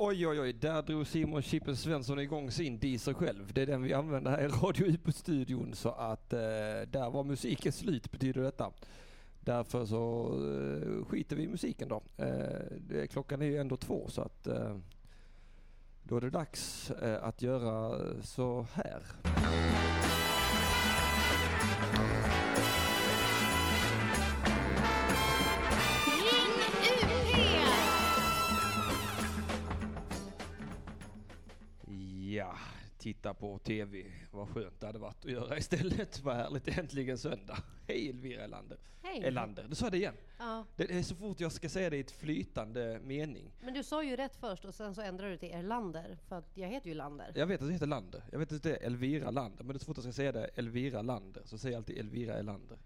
Oj, oj, oj. Där drog Simon Chippen Svensson igång sin diesel själv. Det är den vi använder här i Radio Upo-studion. Så att eh, där var musiken slut, betyder detta. Därför så eh, skiter vi i musiken då. Eh, det, klockan är ju ändå två så att eh, då är det dags eh, att göra så här. Ring UP! Ja, titta på TV. Vad skönt det hade varit att göra istället. Vad härligt. Äntligen söndag. Hej Elvira Elander. Hej. Elander. Du sa det igen. Ja. Det är så fort jag ska säga det i ett flytande mening. Men du sa ju rätt först och sen så ändrade du till Erlander för att jag heter ju Lander. Jag vet att det heter Lander. Jag vet att det är Elvira Lander. Men det är så fort jag ska säga det, Elvira Lander, så säger jag alltid Elvira Elander.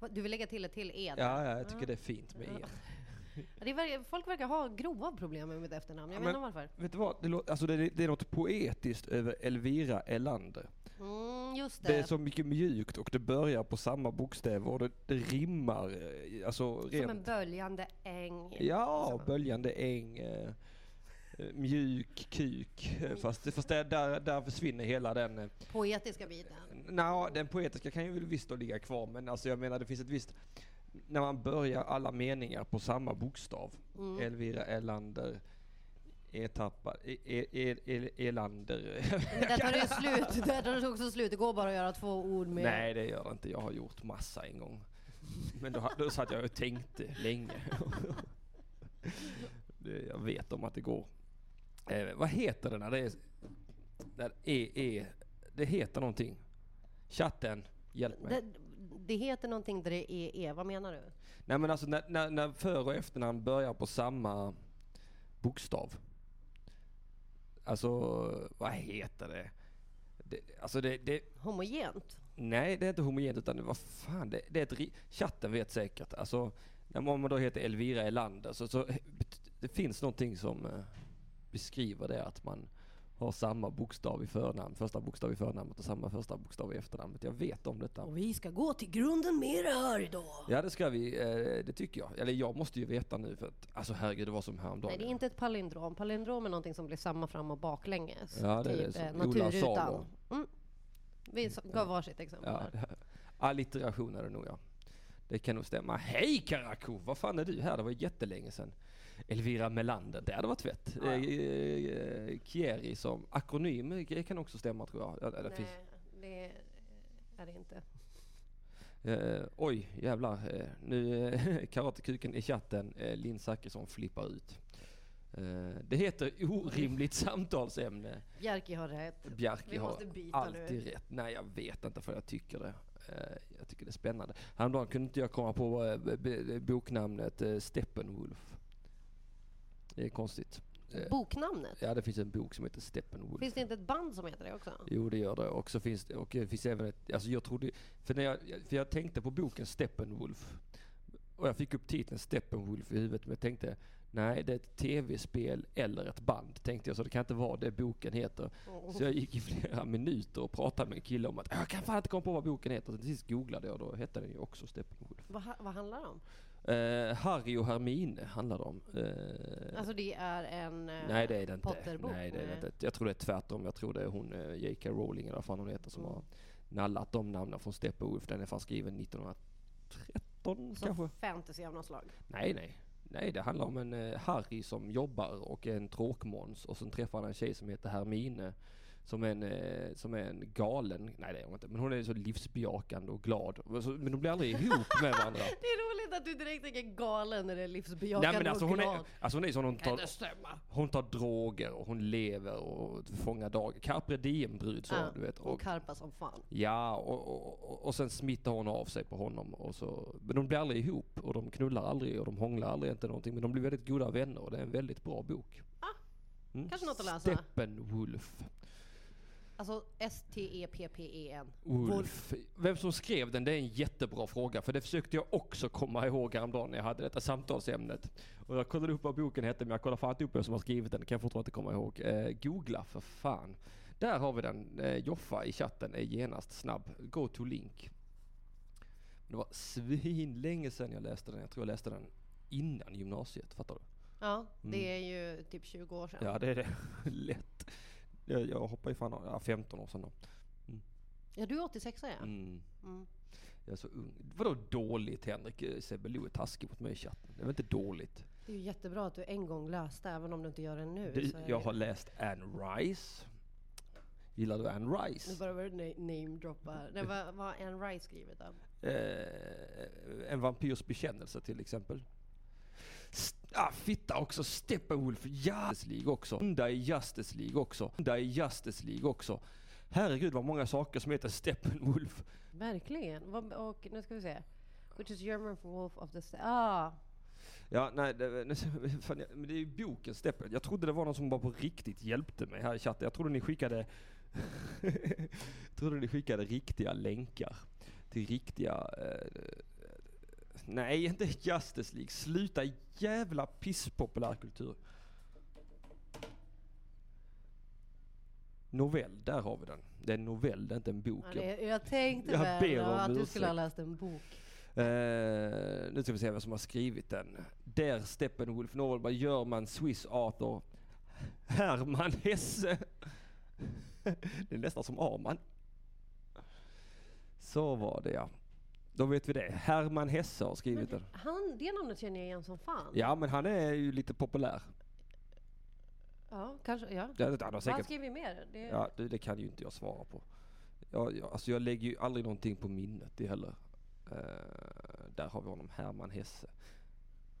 Va, Du vill lägga till ett till E där. Ja, ja jag tycker det är fint med er. Ja, det verkar, folk verkar ha grova problem med mitt efternamn. Jag Ja, vet men- inte varför. Vet du vad? Det, lå- alltså det, det är något poetiskt över Elvira Elander. Mm, just det. Det är så mycket mjukt och det börjar på samma bokstäver och det, det rimmar. eh, Alltså Som en rent. böljande äng. Ja, Samma. böljande äng. eh, eh, Mjuk kuk. Mm. eh, Fast, fast där, där, där försvinner hela den eh, Poetiska biten. Nå, den poetiska kan ju väl visst då ligga kvar, men alltså jag menar det finns ett visst... När man börjar alla meningar på samma bokstav. Mm. Elvira Elander, Etappa, E- E- E- E- Elander. Men där tar det ju slut. Där tar det också slut. Det går bara att göra två ord med. Nej, det gör det inte. Jag har gjort massa en gång. Men då, då satt jag och tänkte länge. Det- jag vet om att det går. Eh, vad heter det när det är... När E, E... Det heter någonting. Chatten, hjälp mig. Det, det heter någonting där det är E. Vad menar du? Nej men alltså när, när, när för och efternamn börjar på samma bokstav. Alltså, vad heter det? det alltså det, det... Homogent? Nej, det är inte homogent utan det- vad fan, det, det är ett... ri- Chatten vet säkert. Alltså, när man då heter Elvira Elander så, så det finns någonting som eh, beskriver det att man har samma bokstav i förnamn, första bokstav i förnamnet och samma första bokstav i efternamnet. Jag vet om detta. Och vi ska gå till grunden med det här idag. Ja det ska vi, eh, det tycker jag. Eller jag måste ju veta nu för att alltså herregud det var som häromdagen. Nej, det är inte ett palindrom. Palindrom är någonting som blir samma fram och baklänges. Ja, det är det. eh, Som Ola Salo. Mm. Naturrutan. Mm. Vi sa- gav varsitt exempel. ja. där. Allitteration är det nog ja. Det kan nog stämma. Hej Karakou! Vad fan är du här? Det var jättelänge sedan. Elvira Melander, det hade varit fett. Ja. eh, Kieri som akronym eh, det kan också stämma tror jag. Ja, det finns. Nej, det är det inte. Eh, oj, jävlar. Eh, nu eh, karatekuken i chatten. Eh, Linn Zachrisson flippar ut. Eh, det heter orimligt samtalsämne. Bjerki har rätt. Bjarki Vi har måste byta alltid nu. rätt. Nej, jag vet inte för jag tycker det. Eh, Jag tycker det är spännande. Häromdagen kunde inte jag komma på eh, b- b- boknamnet eh, Steppenwolf. Det är konstigt. Eh, Boknamnet? Ja, det finns en bok som heter Steppenwolf. Finns det inte ett band som heter det också? Jo, det gör det. Och så finns det, och det finns även ett, alltså jag trodde, för, när jag, för jag tänkte på boken Steppenwolf. Och jag fick upp titeln Steppenwolf i huvudet, men jag tänkte, nej det är ett tv-spel eller ett band, tänkte jag. Så det kan inte vara det boken heter. Så jag gick i flera minuter och pratade med en kille om att "Äh, jag kan fan inte komma på vad boken heter. Så till sist googlade jag och då hette den ju också Steppenwolf. Vad, ha- vad handlar det om? Eh, Harry och Hermine handlar det om. Eh, Alltså det är en eh, Nej det är det inte. Potterbok? Nej, det är det inte. Jag tror det är tvärtom. Jag tror det är hon eh, J.K. Rowling eller vad fan hon heter som Mm. har nallat de namnen från Steppenwolf. Den är fan skriven 1913 Så kanske? fantasy av något slag? Nej nej. Nej det handlar om en eh, Harry som jobbar och är en tråkmåns och sen träffar han en tjej som heter Hermine. Som är, en, eh, som är en galen, nej det är hon inte, men hon är så livsbejakande och glad. Men så- Men de blir aldrig ihop med varandra. Det är roligt att du direkt tänker galen när det är livsbejakande Nej men alltså och hon är, glad. alltså hon är som hon tar, hon tar droger och hon lever och fångar dagar. Carpe diem brud så Ja, du vet. hon Och, karpar som fan. ja och, och, och, och sen smittar hon av sig på honom. Och så, men de blir aldrig ihop och de knullar aldrig och de hånglar aldrig inte någonting. Men de blir väldigt goda vänner och det är en väldigt bra bok. Mm. Ah, Kanske något att läsa. Steppenwolf. Alltså S-T-E-P-P-E-N. Wolf. Vem som skrev den, det är en jättebra fråga. För det försökte jag också komma ihåg häromdagen när jag hade detta samtalsämnet. Och jag kollade upp vad boken hette, men jag kollade fan inte upp vem som har skrivit den. Det kan jag fortfarande inte komma ihåg. Eh, googla för fan. Där har vi den. Eh, Joffa i chatten är genast snabb. Go to link. Men det var svinlänge sedan jag läste den. Jag tror jag läste den innan gymnasiet, fattar du? Ja, det är ju typ 20 år sedan. Mm. Ja, det är det. Lätt. Jag, jag hoppar ju fan av- ja, 15 år sedan då. Ja, du är 86 ja. Mm. Mm. Jag är så ung. Vadå dåligt Henrik? Sebbe Lo är taskig mot mig i chatten. Det var inte dåligt. Det är ju jättebra att du en gång löste, även om du inte gör det nu. Det, så är jag det- har läst Anne Rice. Gillar du Anne Nu Rice? börjar vi na- namedroppa. Nej, Vad vad har Anne Rice skrivit då? Eh, en vampyrs bekännelse till exempel. St- ah, fitta också! Steppenwolf! Justice League också. Där är Justice League också. Där är Justice League också. Herregud vad många saker som heter Steppenwolf. Verkligen. Vad- Och nu ska vi se. Which is German for Wolf of the... Sta- Ah, Ja, nej, det, nu- fan, jag- men det är ju boken Steppen. Jag trodde det var någon som bara på riktigt hjälpte mig här i chatten. Jag trodde ni skickade, trodde ni skickade riktiga länkar till riktiga... Eh, nej, inte Justice League. Sluta jävla pisspopulärkultur. Novell, där har vi den. Det är en novell, det är inte en bok. ja, Jag det, jag tänkte Jag väl ber då om att du ursäkt. skulle ha läst en bok. Eh, nu ska vi se vem som har skrivit den. Der Steppenwolf Norberg Görman Swiss Arthur Herman Hesse. det är nästan som Arman. Så var det ja. Då vet vi det. Herman Hesse har skrivit den. Han, det namnet känner jag igen som fan. Ja men han är ju lite populär. Ja, kanske. Ja. Ja, det- Han har Vad har han säkert... skrivit mer? Det, Ja, det, det kan ju inte jag svara på. Jag, jag, alltså jag lägger ju aldrig någonting på minnet det heller. Eh, där har vi honom. Herman Hesse.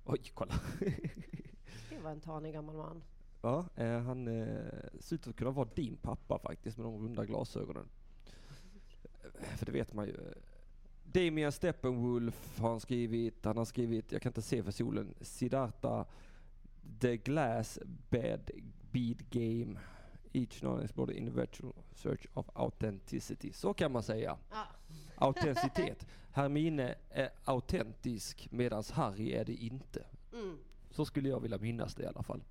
Oj, kolla. det var en tanig gammal man. Ja, eh, han eh, ser ut att kunna vara din pappa faktiskt med de runda glasögonen. Eh, För det vet man ju. Eh, Damien Steppenwolf har han skrivit. Han har skrivit, jag kan inte se för solen, Siddhartha, The Glass Bed, Bead Game, Each Non Exploded Individual Search of Authenticity. Så kan man säga. Ah, Autenticitet. Hermine är autentisk medan Harry är det inte. mm. Så skulle jag vilja minnas det i alla fall.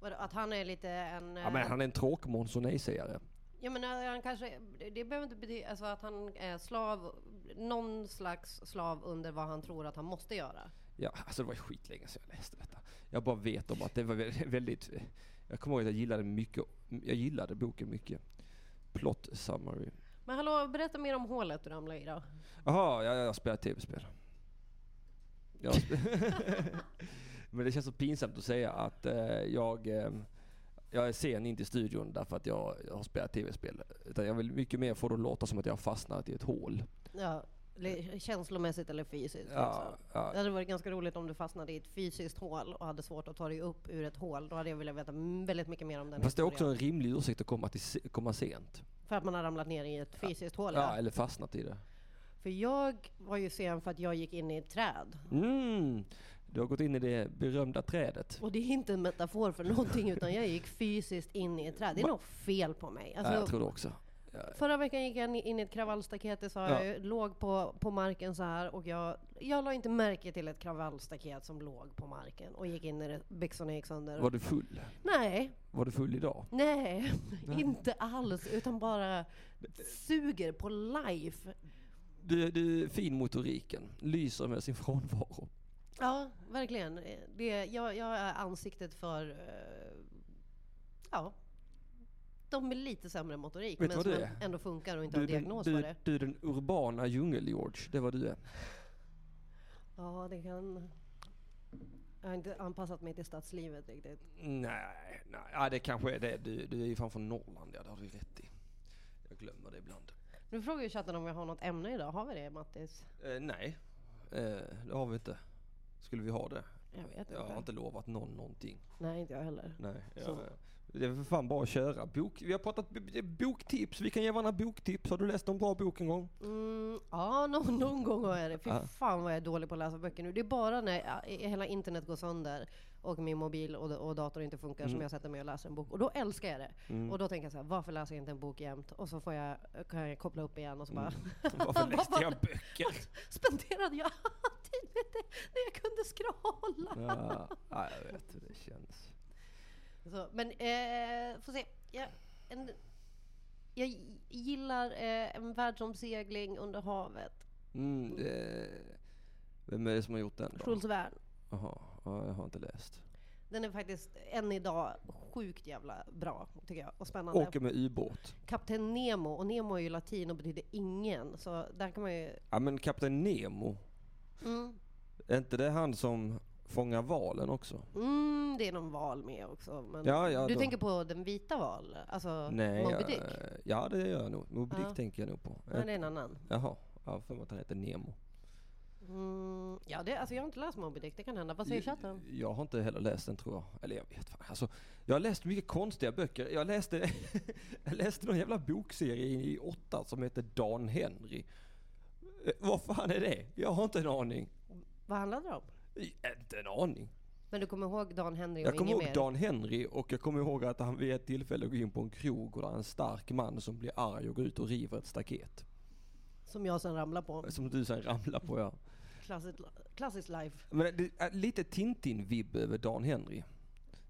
Vadå, att han är lite en... Ja, men eh, han är en tråkmåns och nej-sägare. Ja men eh, han kanske, det- det behöver inte betyda alltså att han är slav, någon slags slav under vad han tror att han måste göra. Ja, alltså det var skitlänge sedan jag läste detta. Jag bara vet om att det var vä- väldigt... Jag kommer ihåg att jag gillade mycket. Jag gillade boken mycket. Plot summary. Men hallå, berätta mer om hålet du ramlade i då. Jaha, jag, jag spelar tv-spel. Jag sp- Men det känns så pinsamt att säga att eh, jag, eh, jag är sen in till studion därför att jag, jag har spelat tv-spel. Utan jag vill mycket mer få det att låta som att jag har fastnat i ett hål. Ja, li- känslomässigt eller fysiskt. Ja, liksom. ja, Det hade varit ganska roligt om du fastnade i ett fysiskt hål och hade svårt att ta dig upp ur ett hål. Då hade jag velat veta mm, väldigt mycket mer om den Fast det är också historien. en rimlig ursäkt att komma, till, se- komma sent. För att man har ramlat ner i ett fysiskt hål. Ja, Ja. eller fastnat i det. För jag var ju sen för att jag gick in i ett träd. Mm. Du har gått in i det berömda trädet. Och det är inte en metafor för någonting utan jag gick fysiskt in i ett träd. Det är något fel på mig. Ja, Alltså, jag tror det också. Förra veckan gick jag in i ett kravallstaket, det sa Ja. jag ju, låg på, på marken så här och jag, jag la inte märke till ett kravallstaket som låg på marken och gick in i det, byxorna gick sönder. Var du full? Nej, Var du full idag? nej, inte alls, utan bara suger på life. Du, du fin motoriken. Lyser med sin frånvaro. Ja, verkligen. Det, jag, jag är ansiktet för, eh, ja, de med lite sämre motorik, Vet men vad som du är? ändå funkar och inte Du, har är den- diagnos för du, det. du är den urbana djungel-George. Det var du är. Ja, det kan... Jag har inte anpassat mig till stadslivet riktigt. Nej, nej. Ja, det kanske är det. Du, du är ju fan från Norrland. Ja, det har du rätt i. Jag glömmer det ibland. Nu frågar ju chatten om vi har något ämne idag. Har vi det Mattis? Eh, nej, eh, det har vi inte. Skulle vi ha det? Jag vet inte. Jag har inte lovat någon någonting. Nej, inte jag heller. Nej. Så. Det är för fan bara att köra. Bok, vi har pratat b- b- boktips, vi kan ge varandra boktips. Har du läst någon bra bok en gång? Mm, ja, någon, någon gång har jag det. Fy Ja. fan vad jag är dålig på att läsa böcker nu. Det är bara när ja, i- hela internet går sönder och min mobil och, och dator inte funkar som Mm. jag sätter mig och läser en bok. Och då älskar jag det. Mm. Och då tänker jag så här, varför läser jag inte en bok jämt? Och så får jag, kan jag koppla upp igen och Mm. så bara, Varför läste jag böcker? spenderade jag all tid med det när jag kunde scrolla? ja, ja, jag vet hur det känns. Så, men eh, får se. Jag, en, jag gillar eh, en världsomsegling under havet. Mm, eh, vem är det som har gjort den då? Jules Verne. Jaha, ja, jag har inte läst. Den är faktiskt än idag sjukt jävla bra, tycker jag. Och spännande. Åker med ubåt. Kapten Nemo, och Nemo är ju latin och betyder ingen, så där kan man ju... Ja men Kapten Nemo, Mm, är inte det han som fångar valen också? mm, det är någon val med också. Men Ja, ja, du då. tänker på den vita val, alltså Nej, Moby Dick? eh, ja det gör jag nog. Moby Dick Ja. tänker jag nog på. Nej, det är en annan. Jaha, jag har för mig att han heter Nemo. Mm, ja, det, alltså jag har inte läst Moby Dick, det kan hända. Vad säger chatten? Jag har inte heller läst den tror jag. Eller jag vet fan. Alltså, jag har läst mycket konstiga böcker. Jag läste, jag läste någon jävla bokserie i åtta som heter Dan Henry. Eh, Vad fan är det? Jag har inte en aning. Vad handlar det om? Eh, Inte en aning. Men du kommer ihåg Dan Henry och Jag kommer inget ihåg mer? Dan Henry och jag kommer ihåg att han vid ett tillfälle går in på en krog och där är en stark man som blir arg och går ut och river ett staket. Som jag sen ramlar på. Som du sen ramlar på ja. Klassiskt klassiskt life. Men det är lite Tintin-vibb över Dan Henry.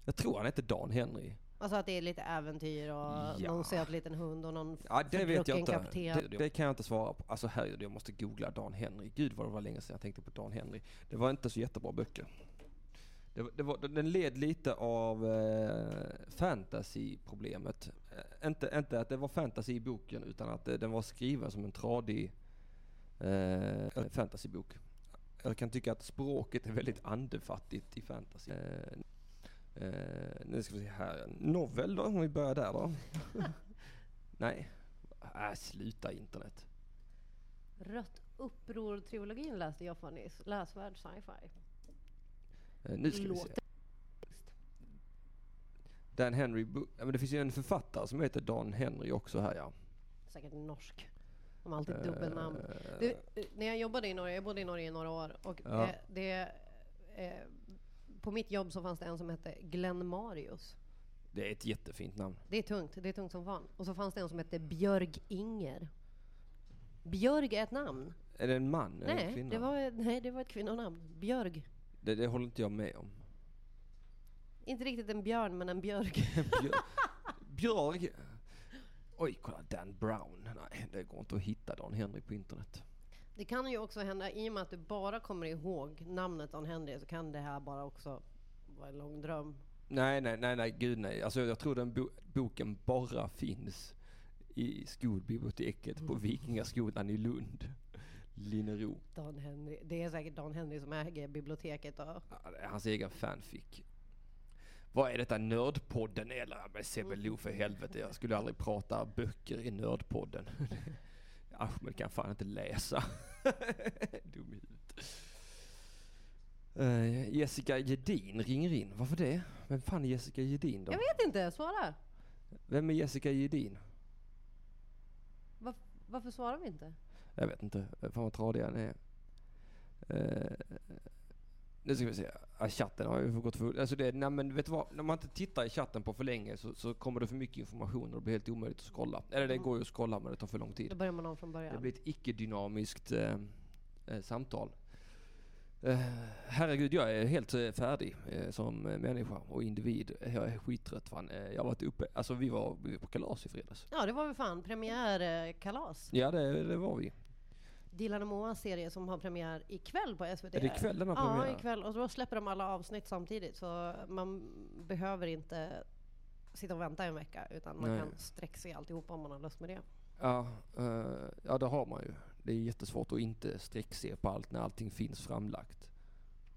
Jag tror han heter Dan Henry. Alltså att det är lite äventyr och Ja. någon söt liten hund och någon Ja, det vet jag förtrucken inte. kapten. Det, det kan jag inte svara på. Alltså herregud, jag måste googla Dan Henry. Gud vad det var länge sedan jag tänkte på Dan Henry. Det var inte så jättebra böcker. Det, var- det var, den led lite av eh, fantasyproblemet. Eh, inte, inte att det var fantasy i boken, utan att eh, den var skriven som en tradig eh, fantasybok. Jag kan tycka att språket är väldigt andefattigt i fantasy. Eh, eh, nu ska vi se här. Novel då, om vi börjar där då. Nej. Äh, sluta internet. Rött uppror-trilogin läste jag för nyss. Läsvärd sci-fi. Eh, nu ska vi Låter- se. Dan Henry, Bo- ja, men det finns ju en författare som heter Dan Henry också här ja. Säkert norsk. De har alltid dubbelnamn. Eh, Du, eh, när jag jobbade i Norge, jag bodde i Norge i några år och Ja. eh, det, eh, på mitt jobb så fanns det en som hette Glenn Marius. Det är ett jättefint namn. Det är tungt, det är tungt som fan. Och så fanns det en som hette Björg Inger. Björg är ett namn. Är det en man eller en Nej Eh, kvinna? det, var, nej, det var ett kvinnonamn. Björg. det, det håller inte jag med om. Inte riktigt en björn, men en björk. Björ... Björg. Oj, kolla Dan Brown. Nej, det går inte att hitta Dan Henry på internet. Det kan ju också hända, i och med att du bara kommer ihåg namnet Dan Henry, så kan det här bara också vara en lång dröm. Nej, nej, nej, nej, gud nej. Alltså, jag tror den bo- boken bara finns i skolbiblioteket Mm. på Vikingaskolan i Lund. Linnero. Dan Henry. Det är säkert Dan Henry som äger biblioteket. Och, Ja, det är Äh, Hans egen fanfic. Vad är detta Nördpodden eller? Ja, Men Sebelo för helvete, jag skulle aldrig prata böcker i Nördpodden. Ahmed kan fan inte läsa. Dum i huvudet. Eh, Jessica Gedin ringer in. Varför det? Vem fan är Jessica Gedin då? jag vet inte, svara! Vem är Jessica Gedin? Var, varför svarar vi inte? Jag vet inte. Fan vad tradiga ni är. Eh, nu ska vi se. Ja, chatten har ju gått full. Alltså det, nej men vet du vad? När man inte tittar i chatten på för länge så, så kommer det för mycket information och det blir helt omöjligt att scrolla. Eller det går ju att scrolla men det tar för lång tid. Då börjar man om från Det början. blir ett icke-dynamiskt eh, eh, samtal. Eh, herregud, jag är helt eh, färdig eh, som eh, människa och individ. Jag är skittrött fan. Eh, jag har varit uppe, alltså vi var, vi var på kalas i fredags. Ja, det var väl fan premiärkalas. Ja, det, det var vi. Dilan och Moas serie som har premiär ikväll på SVT. Det är det ikväll den har Ja, premiär? ikväll. Och då släpper de alla avsnitt samtidigt. Så man behöver inte sitta och vänta en vecka. Utan man Nej. kan sträcka sig alltihopa om man har lust med det. Ja, eh, ja, det har man ju. Det är jättesvårt att inte sträckse på allt när allting finns framlagt.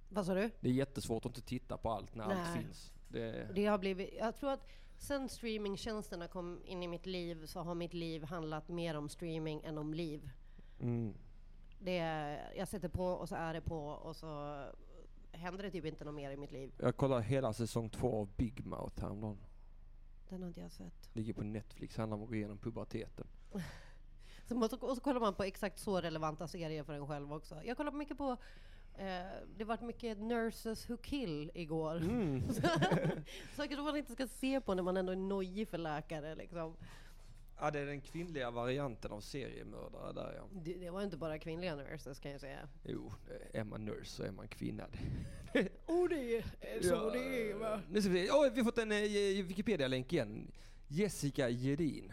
Vad sa du? Det är jättesvårt att inte titta på allt när allt Nej. finns. Det, Det har blivit, jag tror att sen streamingtjänsterna kom in i mitt liv så har mitt liv handlat mer om streaming än om liv. mm. Det är, jag sätter på och så är det på och så händer det typ inte något mer i mitt liv. Jag kollar hela säsong två av Big Mouth häromdagen. Den har inte jag sett. Ligger på Netflix, handlar om att gå igenom puberteten. Så, måste- och så kollar man på exakt så relevanta serier för en själv också. Jag kollar mycket på eh, det vart mycket Nurses Who Kill igår. Saker som man inte ska se på när man ändå är nojig för läkare. Liksom. Ja, det är den kvinnliga varianten av seriemördare där ja. Det, det var ju inte bara kvinnliga nurses kan jag säga. Jo, är man nurse så är man kvinna. Oh, det är Nu ska vi se. Oj, vi har fått en eh, Wikipedia-länk igen. Jessica Gedin.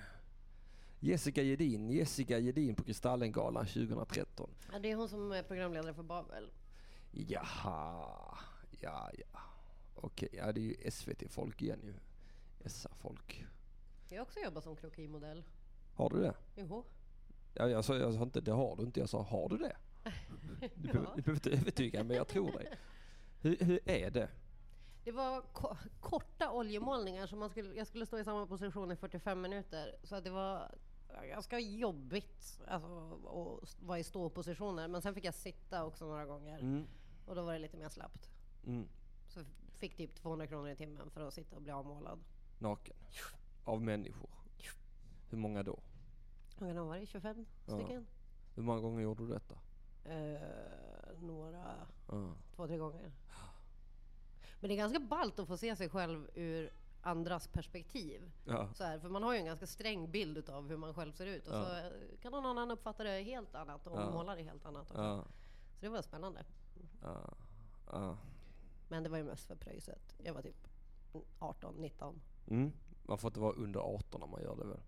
Jessica Gedin, Jessica Gedin på Kristallengalan 2013. Ja, det är hon som är programledare för Babel. Jaha, ja ja. Okej, ja det är ju SVT-folk igen ju. SA-folk. Jag har också jobbat som krokinmodell. Har du det? Jo. Ja, jag, sa, jag sa inte det har du inte, jag sa har du det? Du, behöver- Ja. du behöver inte övertyga men jag tror dig. Hur, hur är det? Det var ko- korta oljemålningar, så man skulle, jag skulle stå i samma position i 45 minuter. Så att det var ganska jobbigt alltså, att s- vara i ståpositioner. Men sen fick jag sitta också några gånger Mm. och då var det lite mer slappt. Mm. Så f- fick typ 200 kronor i timmen för att sitta och bli avmålad. Naken. Av människor. Hur många då? Hur många var det? 25 Ja. stycken? Hur många gånger gjorde du detta? Eh, några, Ja. två, tre gånger. Men det är ganska ballt att få se sig själv ur andras perspektiv. Ja. Så här, för man har ju en ganska sträng bild utav hur man själv ser ut och Ja. så eh, kan någon annan uppfatta det helt annat och Ja. måla det helt annat. Också. Ja. Så det var spännande. Ja. Ja. Men det var ju mest för pröjset. Jag var typ 18, 19. Mm. Man får inte vara under 18 när man gör det väl?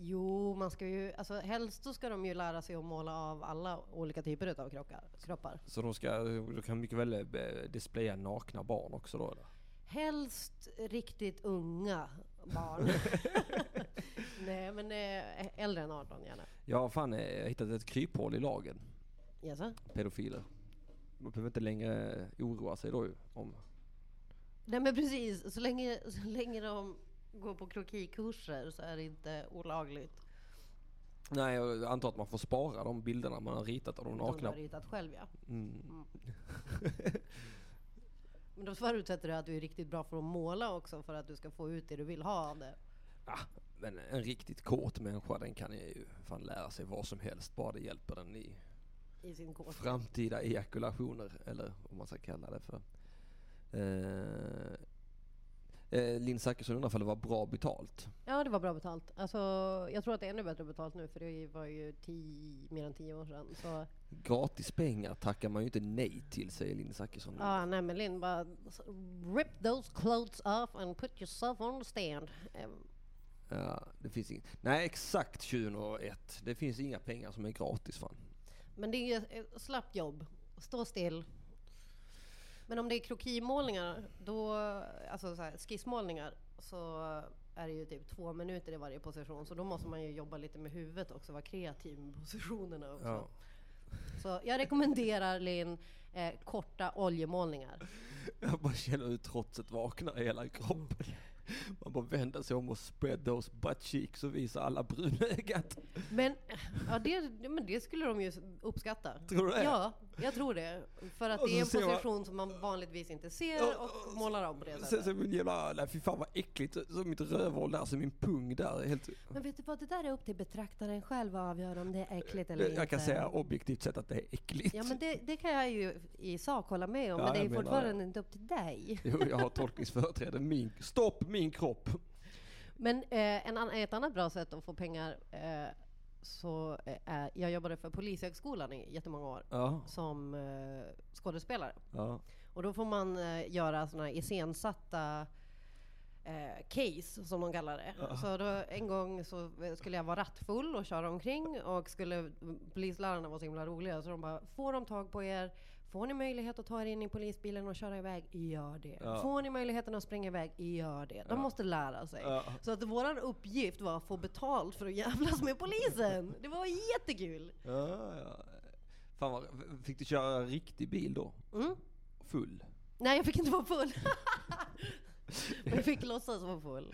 Jo, man ska ju, alltså helst så ska de ju lära sig att måla av alla olika typer utav krockar, kroppar. Så de ska, de kan mycket väl eh, displaya nakna barn också då eller? Helst riktigt unga barn. Nej, men eh, äldre än 18 gärna. Jag har fan eh, hittat ett kryphål i lagen. Jaså? Pedofiler. Man behöver inte längre eh, oroa sig då ju. Om. Nej men precis, så länge, så länge de går på krokikurser så är det inte olagligt. Nej, jag antar att man får spara de bilderna man har ritat av de Utan De nakna. har ritat själv ja. Mm. Men då förutsätter det att du är riktigt bra för att måla också för att du ska få ut det du vill ha av det. Ah, men en riktigt kåt människa den kan ju fan lära sig vad som helst bara det hjälper den i I sin kåt. framtida ejakulationer, eller vad man ska kalla det för. Eh, eh, Linn Zachrisson undrar ifall det var bra betalt. Ja det var bra betalt. Alltså, jag tror att det är ännu bättre betalt nu för det var ju tio, mer än tio år sedan. Så Gratis pengar tackar man ju inte nej till, säger Linn Zachrisson. ah, nej men Linn bara rip those clothes off and put yourself on the stand. Eh, Ja, det finns inget. Nej, exakt 2001. Det finns inga pengar som är gratis fan. Men det är ju ett slappt jobb. Stå still. Men om det är krokimålningar, då, alltså så här, skissmålningar, så är det ju typ två minuter i varje position. Så då måste man ju jobba lite med huvudet också, vara kreativ med positionerna också. Ja. Så jag rekommenderar Linn eh, korta oljemålningar. Jag bara känner hur trotset vaknar i hela kroppen. Man bara vänder sig om och spread those butt cheeks och visar alla brunögat. Men, eh, ja, det, men det skulle de ju uppskatta. Tror du det? Ja, jag tror det. För att Och det är en så ser man- position som man vanligtvis inte ser och målar om på det Sen sättet. så min jävla, nej fy fan vad äckligt. Så- Så mitt rövhål där, så min pung där. är Helt, Men vet du vad, det där är upp till betraktaren själv att avgöra om det är äckligt eller Det- inte. Eh, jag kan säga objektivt sett att det är äckligt. Ja men det, det kan jag ju i sak hålla med om, Ja, men det jag är menar fortfarande inte upp till dig. Jo, jag har tolkningsföreträde. Min, stopp min kropp! Men eh, en, annan- ett annat bra sätt att få pengar, eh, så eh, är, jag jobbade för Polishögskolan i jättemånga år Ja, som eh, skådespelare. ja. Och då får man eh, göra såna här iscensatta eh, case, som de kallar det. Så då, en gång så eh, skulle jag vara rattfull och köra omkring och skulle mm, polislärarna var så himla roliga så de bara, får de tag på er? Får ni möjlighet att ta er in i polisbilen och köra iväg? Gör det. Ja. Får ni möjligheten att springa iväg? Gör det. De Ja. måste lära sig. Ja. Så att vår uppgift var att få betalt för att jävlas med polisen. Det var jättekul. ja, ja. Fan vad, fick du köra riktig bil då? Mm. Full? Nej, jag fick inte vara full. Men jag fick låtsas vara full.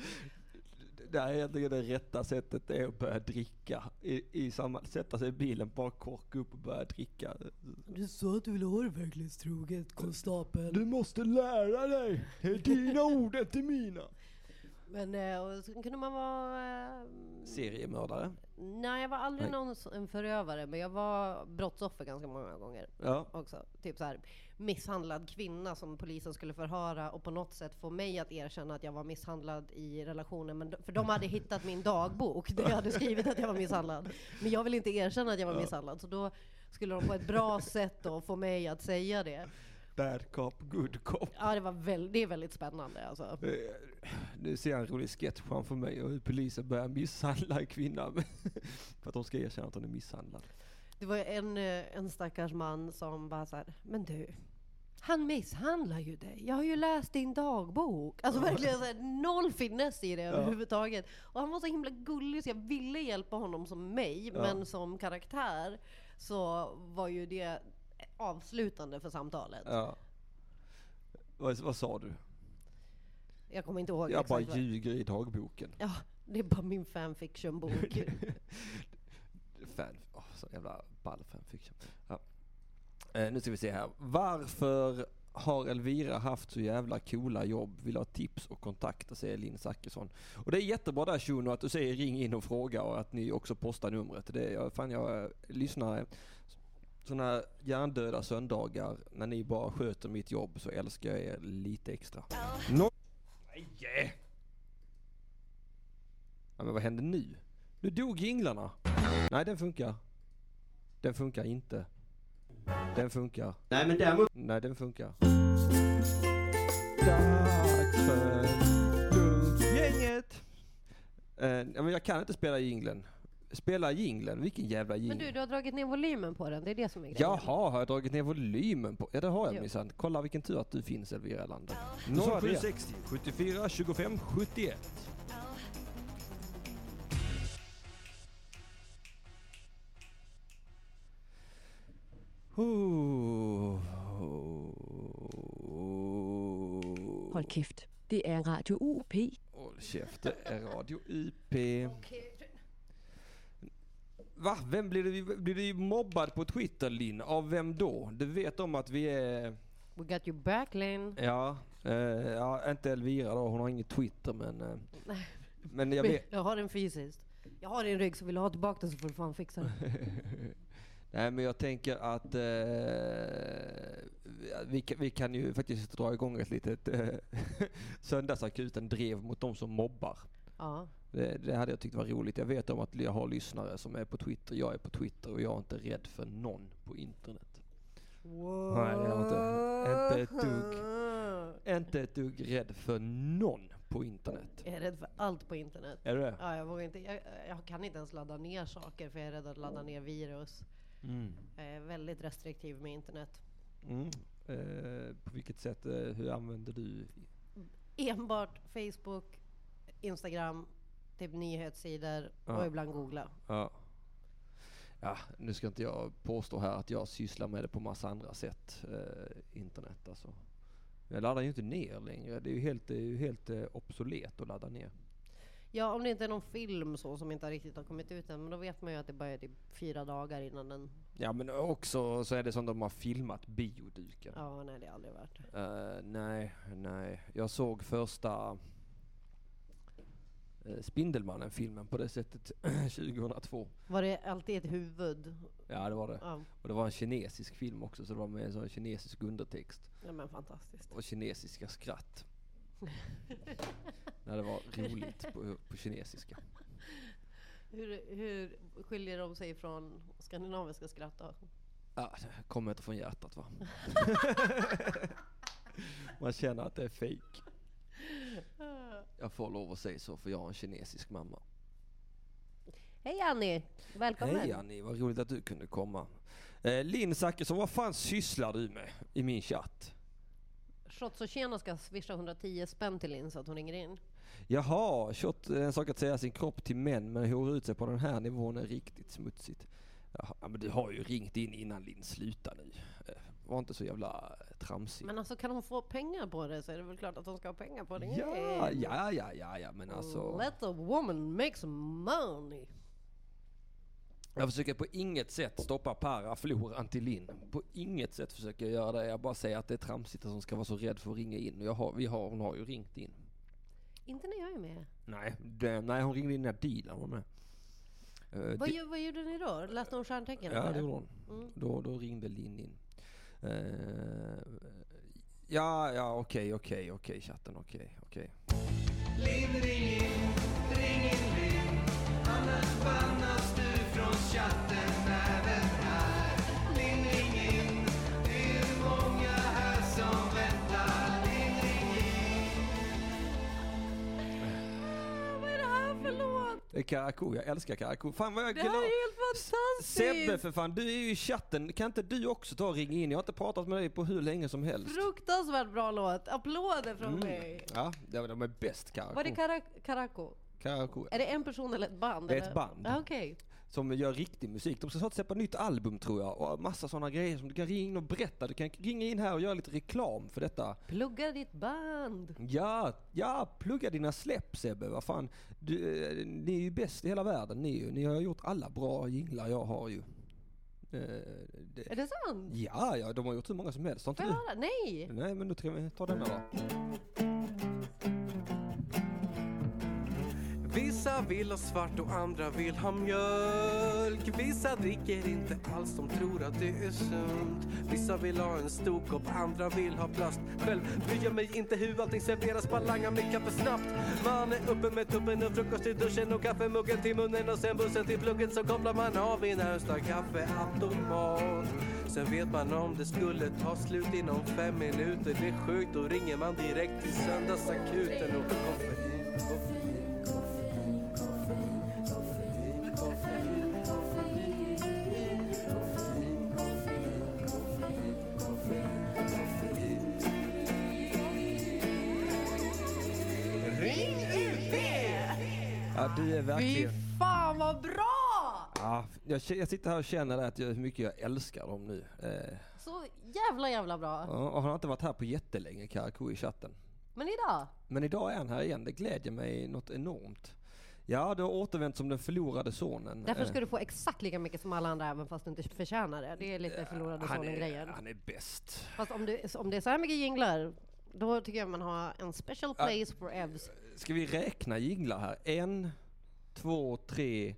Det här är egentligen det rätta sättet det är att börja dricka. I, i samma, sätta sig i bilen, bara korka upp och börja dricka. Du sa att du ville ha det verklighetstroget, konstapel. Du måste lära dig! Det är dina ord, inte mina! Men eh, och sen kunde man vara... Eh, Seriemördare. nej, jag var aldrig Nej. någon s- en förövare, men jag var brottsoffer ganska många gånger Ja. också. Typ så här, misshandlad kvinna som polisen skulle förhöra och på något sätt få mig att erkänna att jag var misshandlad i relationen. Men, d- för de hade hittat min dagbok där jag hade skrivit att jag var misshandlad. Men jag ville inte erkänna att jag var misshandlad, så då skulle de på ett bra sätt då få mig att säga det. Bad cop, good cop. Ja, det, var väl, det är väldigt spännande alltså. Eh, Nu ser jag en rolig sketch framför mig och hur polisen börjar misshandla en kvinna för att hon ska erkänna att hon är misshandlad. Det var en, eh, en stackars man som bara så här, men du, han misshandlar ju dig. Jag har ju läst din dagbok. Alltså verkligen så här, noll finess i det överhuvudtaget. Och han var så himla gullig så jag ville hjälpa honom som mig, men som karaktär så var ju det avslutande för samtalet. Ja. Vad, vad sa du? Jag kommer inte ihåg Jag bara exakt vad- ljuger i dagboken. Ja, det är bara min fanfiction-bok. Fan, åh, så jävla ball fanfiction. Ja. Eh, nu ska vi se här. Varför har Elvira haft så jävla coola jobb? Vill ha tips och kontakter, säger Linn Zachrisson. Och det är jättebra där Shuno att du säger ring in och fråga och att ni också postar numret. Det är, jag- fan jag eh, lyssnar sådana här hjärndöda söndagar när ni bara sköter mitt jobb så älskar jag er lite extra. No- Nej! Ja, men vad hände nu? Nu dog jinglarna. Nej, den funkar. Den funkar inte. Den funkar. Nej men däremot... Nej, den funkar. Dags för Lunchgänget! Eh, ja, men jag kan inte spela jinglen. Spela jinglen? Vilken jävla jingel? Men du, du har dragit ner volymen på den. Det är det som är grejen. Jaha, har jag dragit ner volymen på... Ja, det har jag Jo. minsann. Kolla vilken tur att du finns, Elvira Lander. Du sa det. 0760 74 25 71. Hold kæft. Det er Radio UP. Håll käft, det är Radio UP. Va? Vem blir du, blir du mobbad på Twitter Linn? Av vem då? Du vet om att vi är... We got you back, Linn. Ja, eh, ja inte Elvira då, hon har inget Twitter men... Eh, Nej. men jag Jag, vet... har den fysiskt. Jag har din rygg, så vill du ha tillbaka den så får du fan fixa Mm. den. Nej men jag tänker att eh, vi, kan- vi kan ju faktiskt dra igång ett litet eh, söndagsakuten drev mot de som mobbar. Ja. Det, det hade jag tyckt var roligt. Jag vet om att jag har lyssnare som är på Twitter. Jag är på Twitter och jag är inte rädd för någon på internet. Nej, det är jag inte. Inte ett dugg. Inte ett dugg rädd för någon på internet. Jag är rädd för allt på internet. Är du det? Ja, jag, vågar inte, jag, jag kan inte ens ladda ner saker för jag är rädd att ladda ner virus. Mm. Jag är väldigt restriktiv med internet. Mm. Eh, på vilket sätt, eh, hur använder du? Enbart Facebook, Instagram, typ nyhetssidor Ja. och ibland googla. Ja. ja, nu ska inte jag påstå här att jag sysslar med det på massa andra sätt. Eh, internet alltså. Jag laddar ju inte ner längre. Det är ju helt, det är ju helt eh, obsolet att ladda ner. Ja, om det inte är någon film så som inte riktigt har kommit ut än, men då vet man ju att det bara är typ fyra dagar innan den... Ja men också så är det som de har filmat bioduken. Ja, nej det är aldrig värt det. Eh, nej, nej. Jag såg första eh, Spindelmannen-filmen på det sättet 2002. Var det alltid ett huvud? Ja det var det. Ja, Och det var en kinesisk film också så det var med en sån kinesisk undertext. ja men fantastiskt. Och kinesiska skratt. När det var roligt på, på kinesiska. Hur, hur skiljer de sig från skandinaviska skratt då? Ja, det kommer inte från hjärtat va? Man känner att det är fake. Eh. Jag får lov att säga så för jag har en kinesisk mamma. Hej Annie! Välkommen! Hej Annie, vad roligt att du kunde komma. Eh, Linn Zachrisson, vad fan sysslar du med i min chatt? Shots och tjena ska swisha 110 spänn till Linn så att hon ringer in. Jaha, shot är en sak att säga sin kropp till män men hora ut sig på den här nivån är riktigt smutsigt. Jaha, ja, men du har ju ringt in innan Linn, sluta nu. Eh, var inte så jävla eh, tramsig. Men alltså kan hon få pengar på det så är det väl klart att hon ska ha pengar på det. Ja, ja, ja, ja, ja, men alltså. Let a woman make some money! Jag försöker på inget sätt stoppa para floran till Linn. På inget sätt försöker jag göra det. Jag bara säger att det är tramsigt som ska vara så rädd för att ringa in. Och Jag har, vi har, hon har ju ringt in. Inte när jag är med. Nej, det, nej hon ringde in när Dilan var med. Eh, Vad, Di- gö- vad gjorde ni då? Läste hon stjärntecken? ja, eller? det gjorde hon. Mm. Då, då ringde Linn in. Eh, ja, ja, okej, okej, okej, chatten, okej, okej. Vad är det här för låt? Eh, Karakou, jag älskar Karakou. Fan vad jag är Det här glad. är helt Sebbe fantastiskt! för fan, du är ju i chatten. Kan inte du också ta och ringa in? Jag har inte pratat med dig på hur länge som helst. Fruktansvärt bra låt. Applåder Mm. från mig. Ja, det var- de är bäst Karakou. Var det Kara- Karako? Karakou Är det en person eller ett band? Det är ett eller? band. Ah, Okej. som gör riktig musik. De ska snart släppa nytt album tror jag och massa sådana grejer som du kan ringa in och berätta. Du kan ringa in här och göra lite reklam för detta. Plugga ditt band. Ja, ja, plugga dina släpp Sebbe. Vad fan. Du, eh, ni är ju bäst i hela världen ni ju. Ni har gjort alla bra jinglar jag har ju. Eh, det, Är det sant? ja, ja, de har gjort hur många som helst. Har inte Får jag du? höra? Nej! Nej, men då kan vi ta denna då. Vissa vill ha svart och andra vill ha mjölk Vissa dricker inte alls, de tror att det är sunt Vissa vill ha en stor kopp, andra vill ha plast Själv bryr jag mig inte hur allting serveras, bara langar mitt kaffe snabbt Man är uppe med tuppen och frukost i duschen och kaffemuggen till munnen och sen bussen till plugget så kopplar man av i närmsta kaffeautomat Sen vet man om det skulle ta slut inom fem minuter Det är sjukt, då ringer man direkt till söndagsakuten och koffein, koffein. Ja, du är Fy verkligen... fan vad bra! Ja, jag, k- jag sitter här och känner det att jag, hur mycket jag älskar dem nu. Eh, Så jävla jävla bra. ja, och han har inte varit här på jättelänge, Karakou i chatten. Men idag? Men idag är han här igen. Det glädjer mig något enormt. Ja, du har återvänt som den förlorade sonen. Därför Eh, ska du få exakt lika mycket som alla andra även fast du inte förtjänar det. Det är lite förlorade han är, sonen-grejen. Han är bäst. Fast om det, om det är så här mycket jinglar, då tycker jag man har en special place for Evs. Ska vi räkna jinglar här? En, två, tre,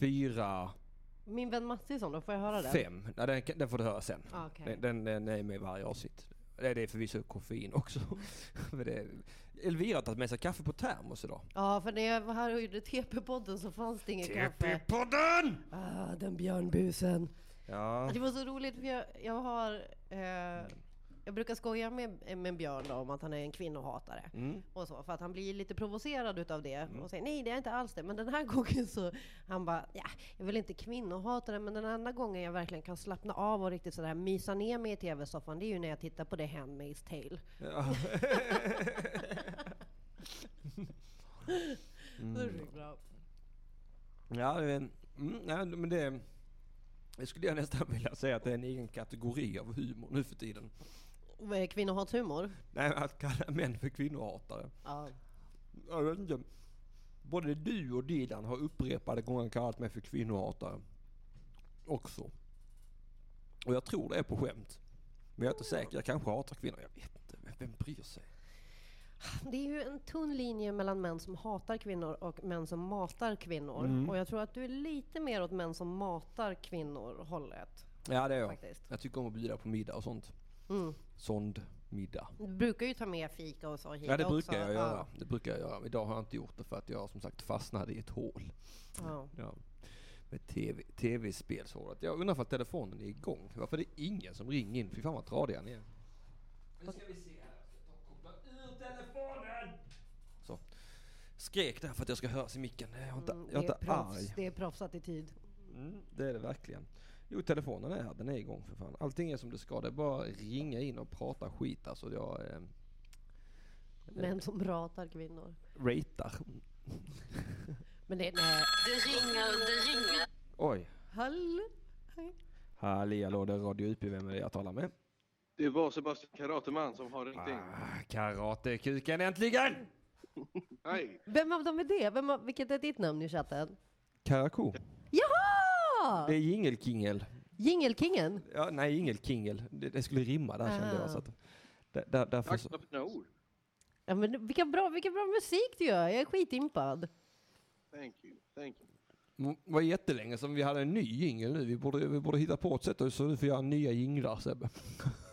fyra, Min vän Mattisson, då får jag höra det? Ah, fem. Nej, den, kan- den får du höra sen. Okej. Den, den, den är med i varje avsnitt. Det det är förvisso koffein också. Men det, Elvira har tagit med sig kaffe på termos idag. Ja, för när jag var här och gjorde TP-podden så fanns det inget kaffe. TP-podden! Ah, den björnbusen. Ja. Det var så roligt för jag, jag har... Eh, jag brukar skoja med, med Björn då, om att han är en kvinnohatare. Mm. Och så, för att han blir lite provocerad utav det. Och säger nej, det är inte alls det. Men den här gången så... Han bara, ja, jag vill inte kvinnohatare, men den enda gången jag verkligen kan slappna av och riktigt sådär mysa ner mig i tv-soffan, det är ju när jag tittar på det Handmaid's Tale. ja. Det Mm. är så bra. Ja, det är en- mm, nej, men det, det skulle jag nästan vilja säga att det är en egen kategori av humor nu för tiden. Vad är Kvinnohatshumor? Nej, men att kalla män för kvinnohatare. Ja. Jag vet inte. Både du och Dilan har upprepade gånger kallat mig för kvinnohatare. Också. Och jag tror det är på skämt. Men jag är inte säker, jag kanske hatar kvinnor. Jag vet inte, vem- vem bryr sig? Det är ju en tunn linje mellan män som hatar kvinnor och män som matar kvinnor. Mm. Och jag tror att du är lite mer åt män som matar kvinnor hållet. Ja, det är jag. Faktiskt. Jag tycker om att bjuda på middag och sånt. Mm. Sånd middag. Du brukar ju ta med fika och så hit Ja, det också. brukar jag göra. Det brukar jag göra. Idag har jag inte gjort det för att jag som sagt fastnade i ett hål. Ja. Ja. Med TV, tv-spelshålet. Jag undrar för telefonen är igång. Varför är det ingen som ringer in? Fy fan vad tradiga ni är. Nu ska vi se här. Jag ska ta och koppla ur telefonen! Så. Skrek där för att jag ska höras i micken. Jag är inte, Mm, jag är det, är inte proffs, arg. det är proffsattityd. Mm, det är det verkligen. Jo, telefonen är här. Den är igång för fan. Allting är som det ska. Det är bara att ringa in och prata skit alltså. Jag eh, Mm. Män som ratar kvinnor. ratear. Men det är... Nej. Oj. Hallå? Hej. Halli hallå, det är Radio UP. Vem är det jag talar med? Det var Sebastian Karateman som har ringt in. Ah, karatekuken äntligen! Hej! Vem av dem är det? Vem av, vilket är ditt namn i chatten? Karako. Jaha! Det är jingelkingel. Jingelkingen? Ja, nej, jingelkingel. Det, det skulle rimma där kände jag. Så att, där, där, därför Tack så, för dina ord. Ja, men vilken, bra, vilken bra musik du gör. Jag är skitimpad. Thank you. Thank you. Mm, det var jättelänge som vi hade en ny jingel nu. Vi borde, vi borde hitta på ett sätt så du får göra nya jinglar Sebbe.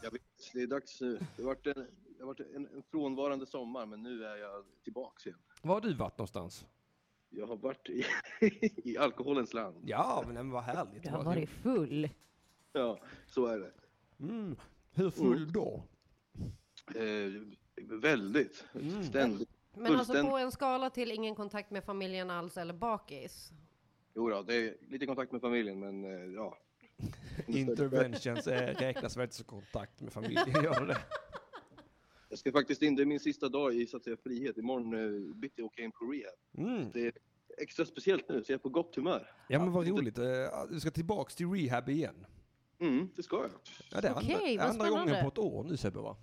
Jag vet, det är dags nu. Det har varit en, det har varit en, en frånvarande sommar, men nu är jag tillbaks igen. Var har du varit någonstans? Jag har varit i, i alkoholens land. Ja, men, men vad härligt. Du har varit full. Ja, så är det. Mm. Hur full då? Eh, väldigt. Ständigt. Men alltså Fullständigt. på en skala till ingen kontakt med familjen alls eller bakis? Jo då, det är lite kontakt med familjen, men eh, ja. Interventions eh, räknas väl inte som kontakt med familjen? Gör det? Jag ska faktiskt in, det är min sista dag i så att säga, frihet. Imorgon eh, bitti åker jag in på rehab. Mm. Det är extra speciellt nu, så jag är på gott humör. Ja men vad roligt. Eh, Du ska tillbaks till rehab igen. Mm, det ska jag. Ja, det är Okej, andra, vad andra gången spännande. på ett år nu Sebbe va?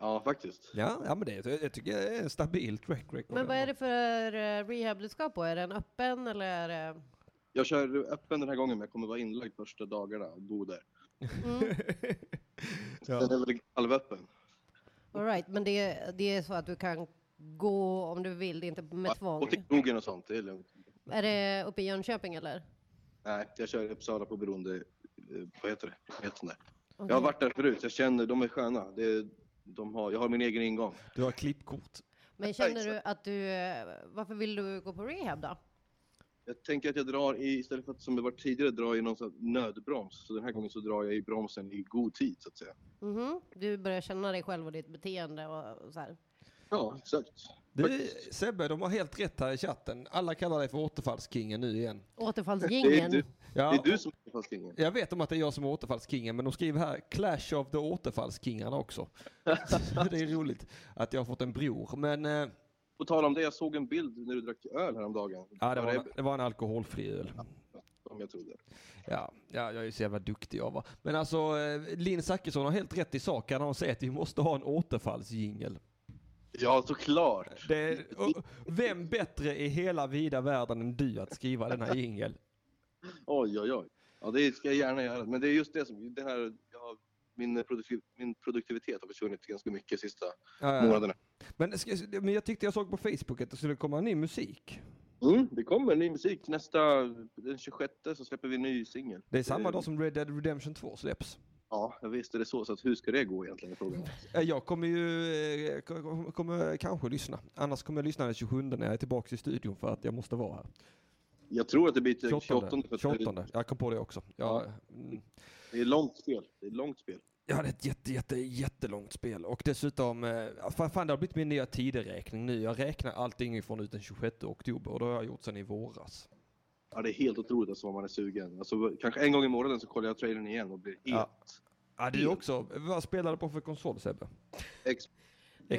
Ja, faktiskt. Ja, ja men det jag tycker jag är en stabil track record. Men vad är det för eh, rehab du ska på? Är den öppen eller är det... Jag kör öppen den här gången, men jag kommer vara inlagd första dagarna och bo där. Mm. Den är väl halvöppen. All right, men det, det är så att du kan gå om du vill, det är inte med tvång? Och till krogen och sånt, det är lugnt. Är det uppe i Jönköping eller? Nej, jag kör i Uppsala på beroende... eh, Vad heter det? Vad heter det? Okej. Jag har varit där förut, jag känner, de är sköna. Det är, de har, jag har min egen ingång. Du har klippkort. Men känner du att du... eh, Varför vill du gå på rehab då? Jag tänker att jag drar i, istället för att som det var tidigare, dra i någon sån här nödbroms. Så den här gången så drar jag i bromsen i god tid, så att säga. Mhm. Du börjar känna dig själv och ditt beteende och och så här. Ja, exakt. Du, Sebbe, de har helt rätt här i chatten. Alla kallar dig för återfallskingen nu igen. Det är Återfallsgingen. du, det Ja, är du som är fastingen. Jag vet om att det är jag som är återfallskingen, men de skriver här Clash of the återfallskingarna också. det är roligt att jag har fått en bror. Men eh, På tal om det, jag såg en bild när du drack öl häromdagen. ja, det, var en, det var en alkoholfri öl. Som jag trodde. Ja, ja, jag är så jävla duktig jag va. Men alltså, eh, Linn Zachrisson har helt rätt i sak när hon säger att vi måste ha en återfallsjingel. Ja, såklart! Det är- och- Vem bättre i hela vida världen än du att skriva denna jingel? Oj, oj, oj. Ja, det ska jag gärna göra. Men det är just det som, det här, jag har, min, produktiv, min produktivitet har försvunnit ganska mycket sista Ja, ja. månaderna. Men, ska- men jag tyckte jag såg på Facebook att det skulle komma ny musik. Mm, det kommer ny musik. Nästa, den 26 så släpper vi en ny singel. Eh, Det är samma dag som Red Dead Redemption 2 släpps. Ja, jag visste det så. Så att hur ska det gå egentligen? är Frågan. Eh, Jag kommer ju eh, k- k- kommer kanske lyssna. Annars kommer jag lyssna den 27 när jag är tillbaka i studion för att jag måste vara här. Jag tror att det blir till 28. 28. för att 28. Jag kom på det också. Jag, mm. Det är långt spel. Det är långt spel. Ja, det är ett jätte, jätte, jättelångt spel. Och dessutom, eh, fan, fan det har blivit min nya tideräkning nu. Jag räknar allting ifrån ut den 26 oktober och det har jag gjort sedan i våras. Ja, det är helt otroligt alltså, vad man är sugen. Alltså, kanske en gång i månaden så kollar jag trailern igen och blir helt... Ja. Ja, du också. Vad spelar du på för konsol Sebbe? Ex-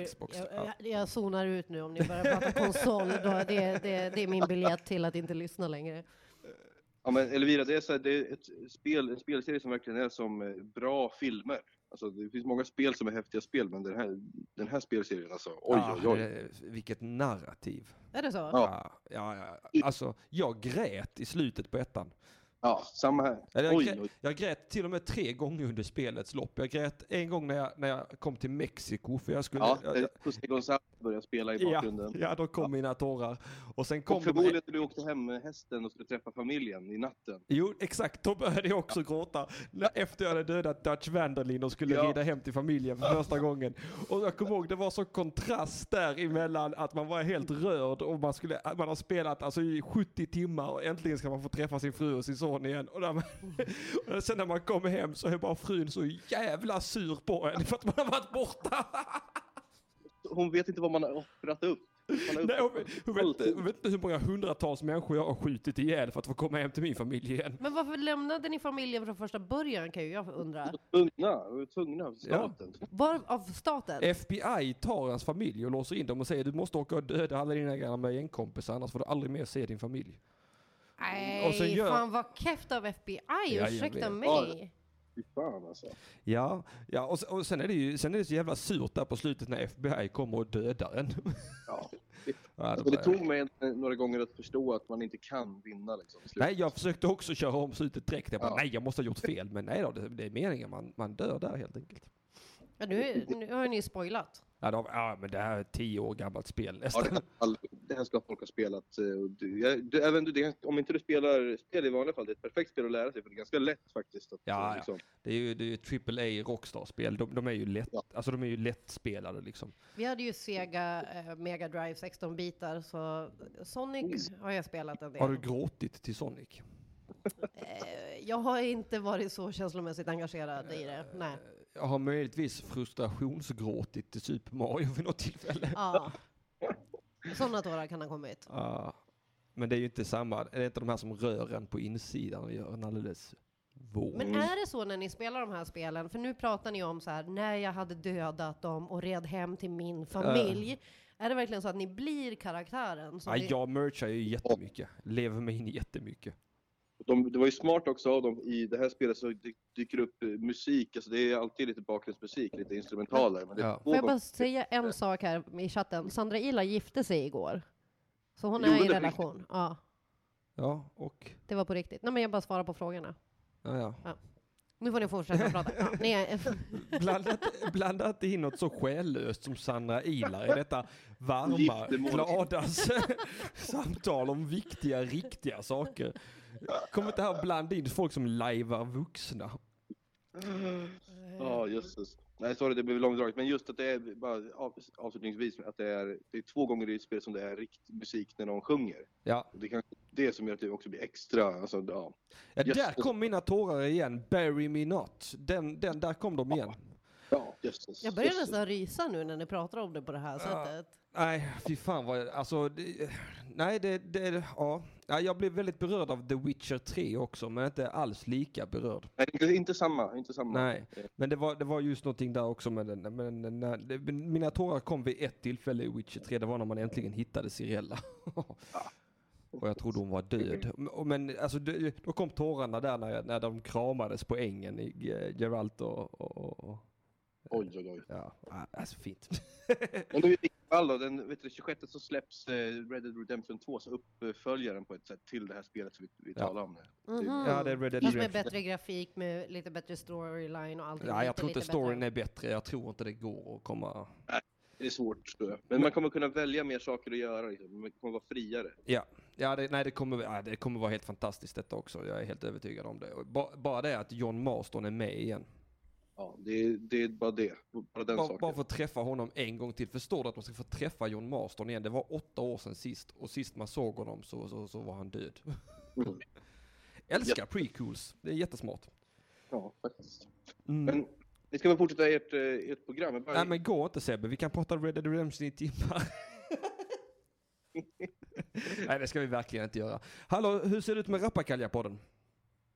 Xbox. Jag, Eh, Ja. jag, jag zonar ut nu om ni börjar prata konsol. Då, det, det, det är min biljett till att inte lyssna längre. Ja, men Elvira, det är, så här, det är ett spel, en spelserie som verkligen är som eh, bra filmer. Alltså, det finns många spel som är häftiga spel, men den här, den här spelserien alltså, oj, Ah, oj, oj. det- Vilket narrativ. Är det så? Ja. Ja, ja, ja. Alltså, jag grät i slutet på ettan. Ja, samma här. Eller jag, Oj, grät, oj. jag grät till och med tre gånger under spelets lopp. Jag grät en gång när jag, när jag kom till Mexiko för jag skulle... Ja, jag, jag, Pussy Gonzales börjar spela i ja, bakgrunden. ja, då kom mina tårar. Och sen kom Och de... förmodligen när du åkte hem med hästen och skulle träffa familjen i natten. Jo, exakt. Då började jag också gråta. När- Efter jag hade dödat Dutch Vanderlin och skulle Ja. rida hem till familjen för första gången. Och jag kommer ihåg, det var så kontrast däremellan att man var helt rörd och man, skulle, att man har spelat alltså, i 70 timmar och äntligen ska man få träffa sin fru och sin son igen. Och, när man, och sen när man kommer hem så är bara frun så jävla sur på en för att man har varit borta. Hon vet inte vad man har offrat upp. Man har Nej, hon, hon, allt. vet, hon vet inte hur många hundratals människor jag har skjutit ihjäl för att få komma hem till min familj igen. Men varför lämnade ni familjen från första början kan ju jag undra. Tvungna, vi var tvungna av staten. Var av staten? FBI tar hans familj och låser in dem och säger du måste åka och döda alla dina gamla gängkompisar annars får du aldrig mer se din familj. Nej, Eh, Och så gör- fan vad keft av FBI, jag ursäkta vet. mig. Fy fan alltså. Ja, ja och, se- och sen är det ju sen är det så jävla surt där på slutet när FBI kommer och dödar en. Ja. Ja, Alltså, det det bara- tog mig eh, några gånger att förstå att man inte kan vinna. Liksom, i slutet. Nej, jag försökte också köra om slutet direkt. Jag bara, Ja. nej, jag måste ha gjort fel. Men nej då, det, det är meningen. Man, man dör där helt enkelt. Ja, nu, nu har ni spoilat. Ja, de, ja, men det här är ett tio år gammalt spel Ja, det, nästan. här, all- det här ska folk ha spelat. eh, och Du, jag, du, även du, det, om inte du spelar spel i vanliga fall, det är ett perfekt spel att lära sig för det är ganska lätt faktiskt. Att, Ja, eh, ja. liksom, Det är ju det är ju ett AAA Rockstar-spel. De, de är ju lätt, Ja. alltså de är ju lättspelade liksom. Vi hade ju Sega eh, Mega Drive 16 bitar, så Sonic har jag spelat en del. Mm. Har du gråtit till Sonic? Eh, Jag har inte varit så känslomässigt engagerad i det. Nej. Jag har möjligtvis frustrationsgråtit till Super Mario vid något tillfälle. Ja. Sådana tårar kan ha kommit. Ja. men det är ju inte samma. Det är inte de här som rör en på insidan och gör en alldeles våt. Men är det så när ni spelar de här spelen, för nu pratar ni om så här, när jag hade dödat dem och red hem till Äh. min familj. Är det verkligen så att ni blir karaktären? som Ja, det- jag merchar ju jättemycket. Lever mig in jättemycket. De, det var ju smart också av dem, i det här spelet så dy- dyker upp eh, musik, alltså det är alltid lite bakgrundsmusik, lite instrumentaler. Men det är Ja. två Får jag gånger- bara säga en sak här i chatten? Sandra Ila gifte sig igår. Så hon Gjorde är i det på relation. Ja, Ja, och... det var på riktigt. Nej men jag bara svarar på frågorna. Ja, ja. Nu får ni fortsätta prata. Ja, ni är, Blanda, inte- blanda inte in något så själlöst som Sandra Ilar i detta varma, Giftermål. glada s- samtal om viktiga, riktiga saker. Kom inte här och blanda in folk som lajvar vuxna. Ja, jösses. Nej, sorry, det blev långdraget. Men just att det är, bara av- avslutningsvis, att det är, det är två gånger i spelet som det är rikt musik när någon sjunger. Ja. Det är kanske det som gör att det också blir extra, alltså ja. ja, Just där det. kom mina tårar igen. Bury me not. Den, den, där kom de igen. Ja, jösses. jag börjar jösses. nästan rysa nu när ni pratar om det på det här sättet. Nej, fy fan vad... Alltså, det, nej, det, det... Ja. Ja, Jag blev väldigt berörd av The Witcher 3 också, men inte alls lika berörd. Nej, inte, inte samma, inte samma. Eh, Nej, men det var, det var just någonting där också med den, men den, när, det, Mina tårar kom vid ett tillfälle i Witcher 3, det var när man äntligen hittade Cirella. Och jag trodde hon var död. Men- Men alltså, det- då kom tårarna där när, när de kramades på ängen, i Ge- Geralt och... och, och, och Oj, oj, oj. ja, Ah, alltså fint. Men då är det i alla fall då, den vet du, 26 så släpps eh, Red Dead Redemption 2, så uppföljaren på ett sätt till det här spelet som vi, vi Ja. talar om nu. Mhm. Ja, det är Red Dead Fast med Redemption. bättre grafik, med lite bättre storyline och allting. Ja, jag Lite, tror inte lite storyn bättre. är bättre, jag tror inte det går att komma... Det är svårt, tror jag. Men man kommer kunna välja mer saker att göra, liksom. man kommer vara friare. Ja, ja det, nej, det, kommer, ja, det kommer vara helt fantastiskt detta också. Jag är helt övertygad om det. Och ba, bara det att John Marston är med igen. Ja, det, är- det är bara det. Bara den Bara, saken. bara för att träffa honom en gång till. Förstår du att man ska få träffa John Marston igen? Det var åtta år sedan sist och sist man såg honom så, så, så var han död. Mm. Älskar prequels. Det är jättesmart. Ja, faktiskt. Mm. Men ni ska väl fortsätta ert, eh, ert program? Jag Bara... Nej men gå inte Sebbe, vi kan prata Red Dead Redemption i timmar. Nej det ska vi verkligen inte göra. Hallå, hur ser det ut med Rappakalja-podden?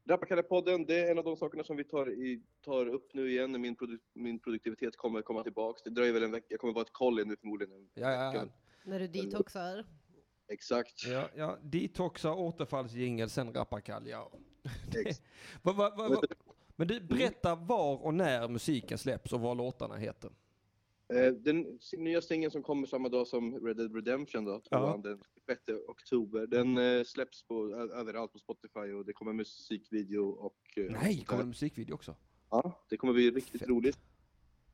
Rappakalla-podden, det är en av de sakerna som vi tar, i, tar upp nu igen. Min, produ min produktivitet kommer komma tillbaks. Det dröjer väl en vecka. Jag kommer vara ett koll nu förmodligen. en Ja, ja, ja. vecka. När du detoxar. Exakt. Ja, ja. Detoxa, återfallsjingel, sen rappakalja. Ex- Va, va, va, va. Men du, berätta var och när musiken släpps och vad låtarna heter. Eh, Den s- nya singeln som kommer samma dag som Red Dead Redemption då, tvåan, den 6 oktober, den eh, släpps på, ö- överallt på Spotify och det kommer musikvideo och... eh, Nej, kommer det musikvideo också? Ja, det kommer bli riktigt Fett. roligt.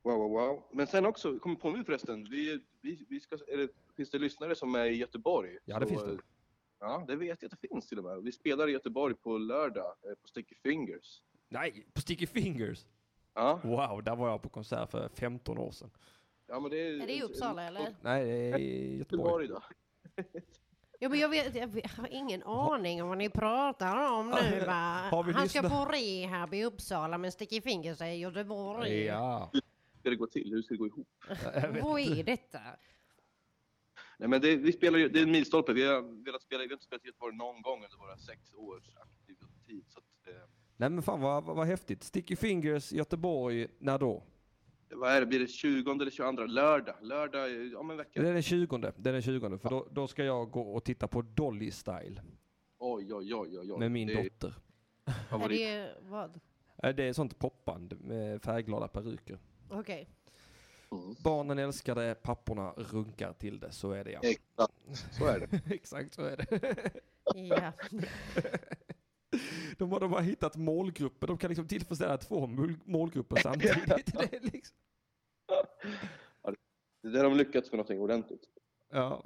Wow, wow, wow. Men sen också, kom på nu förresten, vi, vi, vi ska, eller, finns det lyssnare som är i Göteborg? Ja, det Så, finns det. eh, Ja, det vet jag att det finns till och med. Vi spelar i Göteborg på lördag eh, på Sticky Fingers. Nej, på Sticky Fingers. Ja, Wow, där var jag på konsert för 15 år sedan. ja men det är... Är det i Uppsala eller? Nej, det är i Göteborg. Göteborg då. Ja, men jag, vet, jag, vet, jag har ingen aning om vad ni pratar om nu va? Har vi Han ska lyssnat? på rehab i Uppsala men sticker fingret sig i Göteborg. Ja. Hur ska det gå till? Hur ska det gå ihop? Vad är detta? Nej, men det, vi spelar, ju- det är en milstolpe. Vi har, velat spela, vi har inte spelat i Göteborg någon gång under våra sex års aktiva tid. Så att, eh, Nej men fan vad, vad, vad häftigt. Sticky Fingers, Göteborg, när då? vad är det, blir det 20 eller 22? Lördag? Lördag eh, om en Det vecka. är den 20. Det är den 20 för då, då ska jag gå och titta på Dolly Style Oj, oj, oj, oj. oj. med min det är dotter. Är favorit. det vad? Eh, Det är sånt popband med färgglada peruker. Okej. Mm, Barnen älskar det, papporna runkar till det. Så är det ja. Exakt, så är det. Exakt så är det. Ja. De har, de har hittat målgrupper. De kan liksom tillfredsställa två mål- målgrupper samtidigt. det är liksom, Det är där de lyckats med någonting ordentligt. ja.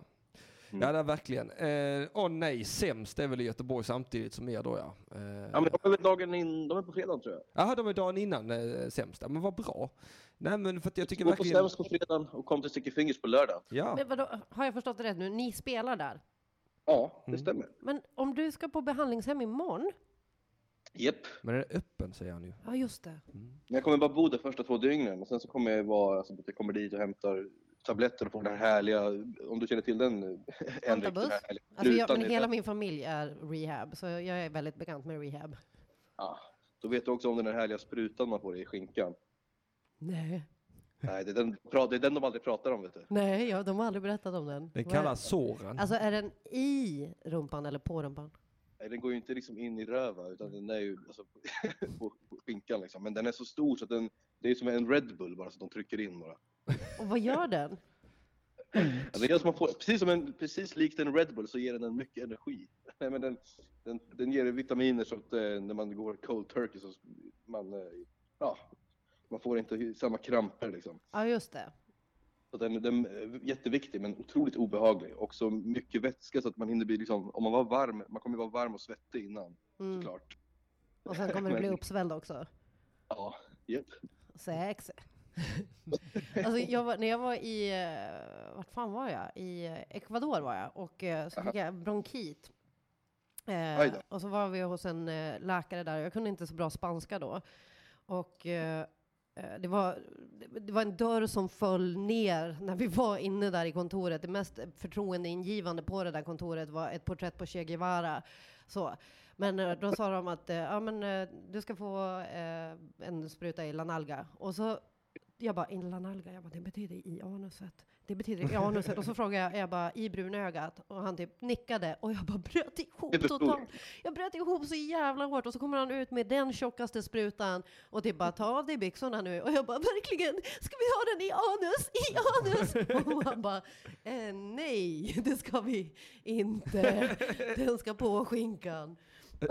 ja, det är verkligen. Eh, Åh nej, sämst är väl i Göteborg samtidigt som er då ja. Eh, Ja, men de är väl dagen in, de är på fredagen tror jag. Jaha, de är dagen innan eh, sämst. Ja, men vad bra. Nej men för att jag tycker Gå på verkligen... Sämst på fredagen och kom till Sticky Fingers på lördag. Ja. Men vadå, har jag förstått det rätt nu? Ni spelar där? Ja, Mm. det stämmer. Men om du ska på behandlingshem imorgon? Jep. Men är det öppen säger han ju. Ja, just det. Men jag kommer bara bo där första två dygnen och sen så kommer jag vara, alltså, att jag kommer dit och hämtar, tabletter och får den här härliga, om du känner till den, en Antabus? riktigt härlig. Alltså jag, Utan- men hela min familj är rehab, så jag är väldigt bekant med rehab. ja, då vet du också om den här härliga sprutan man får i skinkan. Nej, Nej, det är den, pra- det är den de aldrig pratar om vet du. nej jag, de har aldrig berättat om den. Den Vad är- kallas Soran. Alltså är den i rumpan eller på rumpan? Nej, Den går ju inte liksom in i röva utan den är ju alltså, på, på skinkan liksom. Men den är så stor så att den, det är som en Red Bull bara så de trycker in bara. Och vad gör den? Alltså, det är som man får, precis, som en, precis likt en Red Bull så ger den en mycket energi. Nej, men den, den, den ger dig vitaminer så att eh, när man går cold turkey så man, eh, ja, man får inte hu- samma kramper liksom. Ja, just det. Så den, den är jätteviktig men otroligt obehaglig. Också mycket vätska så att man hinner bli liksom, om man var varm, man kommer ju vara varm och svettig innan Mm. såklart. Och sen kommer du bli Men- uppsvälld också. Ja, yep. Sex. alltså jag var, när jag var i, eh, vart fan var jag? I eh, Ecuador var jag och eh, så fick jag bronkit. Aj Eh, då. och så var vi hos en eh, läkare där, jag kunde inte så bra spanska då. Och eh, eh, det var, det- det var en dörr som föll ner när vi var inne där i kontoret. Det mest förtroendeingivande på det där kontoret var ett porträtt på Che Guevara. Så. Men eh, då sa de att eh, ja, men, eh, du ska få eh, en spruta i Lanalga. Och så jag bara, i Lanalga, jag bara, det betyder i anuset. Det betyder i anuset. Och så frågade jag, jag bara, i brunögat? Och han typ nickade och jag bara bröt Det ihop förstod totalt. Jag bröt ihop så jävla hårt och så kommer han ut med den tjockaste sprutan och typ bara, ta av dig byxorna nu. Och jag bara, verkligen, ska vi ha den i anus? I anus? Och han bara, eh, nej, det ska vi inte. Den ska på skinkan.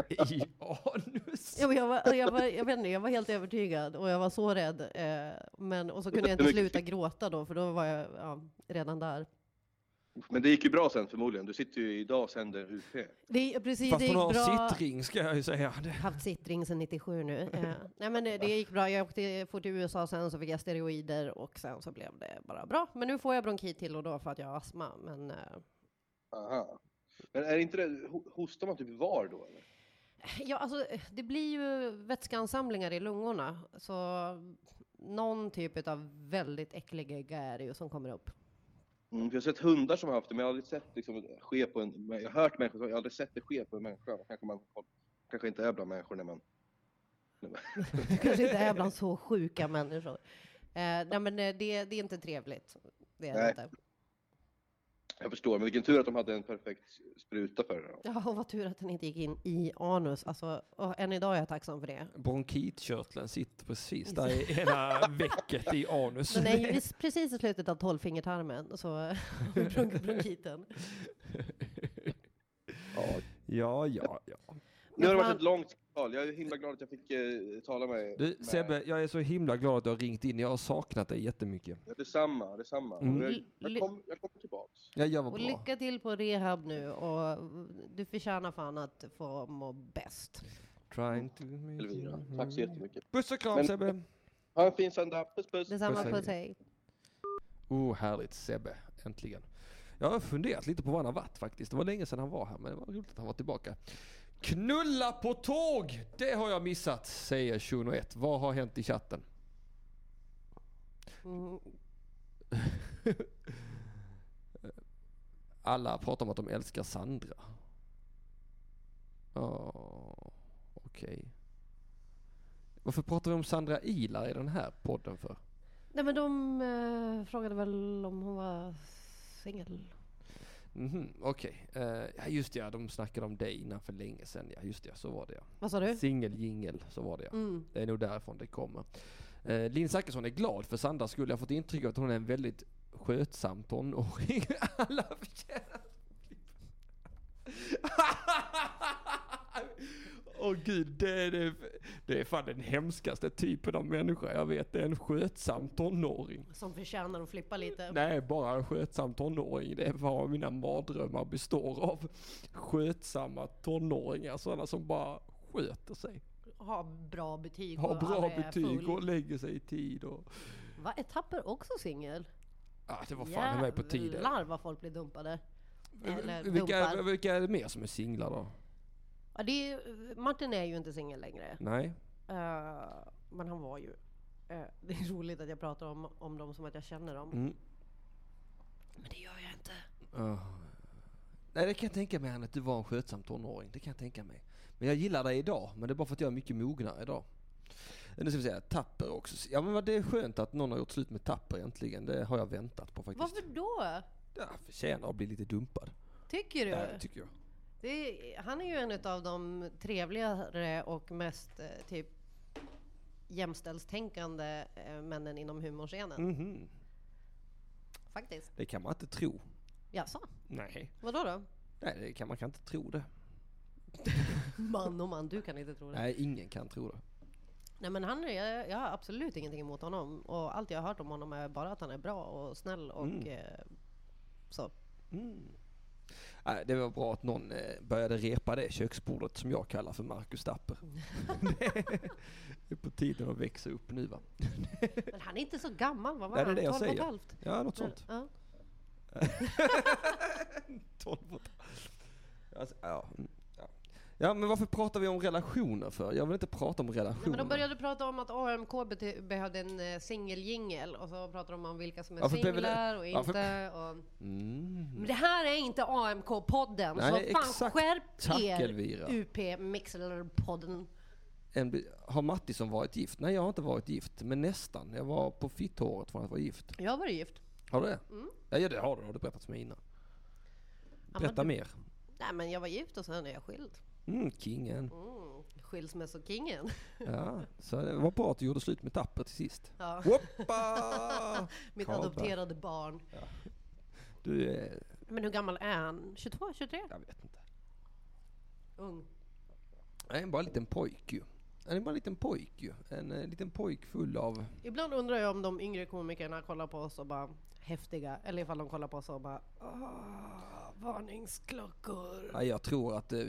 I anus. Ja, men jag, var, jag, var, jag, vet inte, jag var helt övertygad och jag var så rädd. Eh, men, och så kunde jag inte sluta gråta då, för då var jag ja, redan där. Men det gick ju bra sen förmodligen. Du sitter ju idag och sänder UP. Det, är- precis, Fast det hon gick har bra. sittring ska jag ju säga. Det- haft sittring sedan 97 nu. Eh, nej men det, det gick bra. Jag åkte fort till USA sen så fick jag steroider och sen så blev det bara bra. Men nu får jag bronkit till och då för att jag har astma. Men eh, Aha. Men är inte det, ho- hostar man typ var då eller? ja, alltså, eh, det blir ju vätskeansamlingar i lungorna. Så någon typ av väldigt äcklig är det ju som kommer upp. Mm, för jag har sett hundar som har haft det, men jag har aldrig sett liksom, ske på en... men Jag har hört människor, jag har aldrig sett det ske på en människa. Kanske, man, kanske inte är bland människor när man... Du kanske inte är bland så sjuka människor. Eh, nej, men eh, det, det är inte trevligt. Det är det Nej. inte. Jag förstår, men vilken tur att de hade en perfekt spruta för det. då. Ja, och vad tur att den inte gick in i anus. Alltså, och än idag är jag tacksam för det. Bronkitkörteln sitter precis där i ena vecket i anus. Den är ju eh, vis- precis i slutet av tolvfingertarmen, så bron- bronkiten. Ja, ja, ja. Nu har det fan- varit ett långt tal. Jag är himla glad att jag fick eh, tala med Du, med- Sebbe, jag är så himla glad att du har ringt in. Jag har saknat dig jättemycket. Ja, detsamma, detsamma. Mm. Jag, jag, Ly- kom, jag kommer tillbaks. Ja, jag var Och bra. lycka till på rehab nu och du förtjänar fan att få må bäst. Trying to... Elvira. Tack så jättemycket. Puss och kram Men- Sebbe! Ha en fin söndag. Puss puss. Detsamma Puss, hej. på sig. Oh, härligt Sebbe. Äntligen. Jag har funderat lite på var han har varit faktiskt. Det var länge sedan han var här, men det var roligt att han var tillbaka. Knulla på tåg! Det har jag missat, säger 21. Vad har hänt i chatten? Mm, Alla pratar om att de älskar Sandra. Ja, okej. Varför pratar vi om Sandra Ilar i den här podden för? Nej men de eh, frågade väl om hon var singel. Mhm, okej. Eh, ja, just det, ja, de snackade om dig innan för länge sedan. Ja, just det, så var det ja. Vad sa du? Singeljingel, så var det ja. Mm. Det är nog därifrån det kommer. Eh, Linn Zachrisson är glad för Sandra skulle ha fått intryck av att hon är en väldigt skötsam tonåring. Alla förtjänar Åh gud, det är, det, det är fan den hemskaste typen av människa jag vet. Det är en skötsam tonåring. Som förtjänar att flippa lite. Nej, bara en skötsam tonåring. Det är vad mina mardrömmar består av. Skötsamma tonåringar, sådana som bara sköter sig. Ha bra betyg. Har och bra aldrig är betyg full. och lägger sig i tid. Och... Va, är Tapper också singel? Ah, det var fan med mig på tiden. Jävlar vad folk blir dumpade. Eller Vilka, dumpar. vilka är det mer som är singlar då? Ja, det är, ju- Martin är ju inte singel längre. Nej? Eh, men han var ju. eh, det är roligt att jag pratar om, om dem som att jag känner dem. Mm. Men det gör jag inte. Ah. Nej, det kan jag tänka mig Ann, att du var en skötsam tonåring. Det kan jag tänka mig. Men jag gillar dig idag, men det är bara för att jag är mycket mognare idag. Nu ska vi säga Tapper också. Ja men vad det är skönt att någon har gjort slut med Tapper äntligen. Det har jag väntat på faktiskt. Varför då? Ja, förtjänar att bli lite dumpad. Tycker du? Ja, det tycker jag. Det är, han är ju en av de trevligare och mest eh, typ jämställstänkande eh, männen inom humorscenen. Mhm. Faktiskt. Det kan man inte tro. Jaså? Nej. Vadå då? Nej, det kan, man kan inte tro det. Man och man, du kan inte tro det. Nej, Nej, ingen kan tro det. men han är, jag- jag har absolut ingenting emot honom. Och allt jag har hört om honom är bara att han är bra och snäll och eh, så. Mm. Nej, det var bra att någon eh, började repa det köksbordet som jag kallar för Marcus Tapper. det är på tiden att växa upp nu va? Men han är inte så gammal, vad var Nej, det är han? det jag 12 och ett säger. halvt? Ja, något sånt. Ja. 12 och alltså, ja. mm, ja. ja, men varför pratar vi om relationer för? Jag vill inte prata om relationer. Nej, men de började prata om att AMK bete- behövde en eh, singeljingel och så pratade de om vilka som är Varför blev det- singlar och varför- inte. Och... Mm. Men det här är inte AMK-podden, så fan Nej, exakt. skärp Tack, er Elvira. UP Mixler-podden. En, bi- har Mattisson varit gift? Nej, jag har inte varit gift, men nästan. Jag var på fitthåret från att vara gift. Jag var gift. Har du det? Ja, ja, det har du. har du berättat för mig innan. Mm. Ja, Berätta men, mer. nej men jag var gift och sen är jag skild. Mm, kingen. Mm. Skilsmässokingen. Ja, så det var bra att du gjorde slut med Tapper till sist. Ja. Whoppa! Mitt Karlberg. adopterade barn. Du är... Men hur gammal är han? 22, 23? Jag vet inte. Ung. Nej, bara en liten pojk ju. Han är bara en liten pojk ju. En eh, liten pojk full av... Ibland undrar jag om de yngre komikerna kollar på oss och bara häftiga, eller ifall de kollar på oss och bara "Ah, varningsklockor. Nej, jag tror att eh,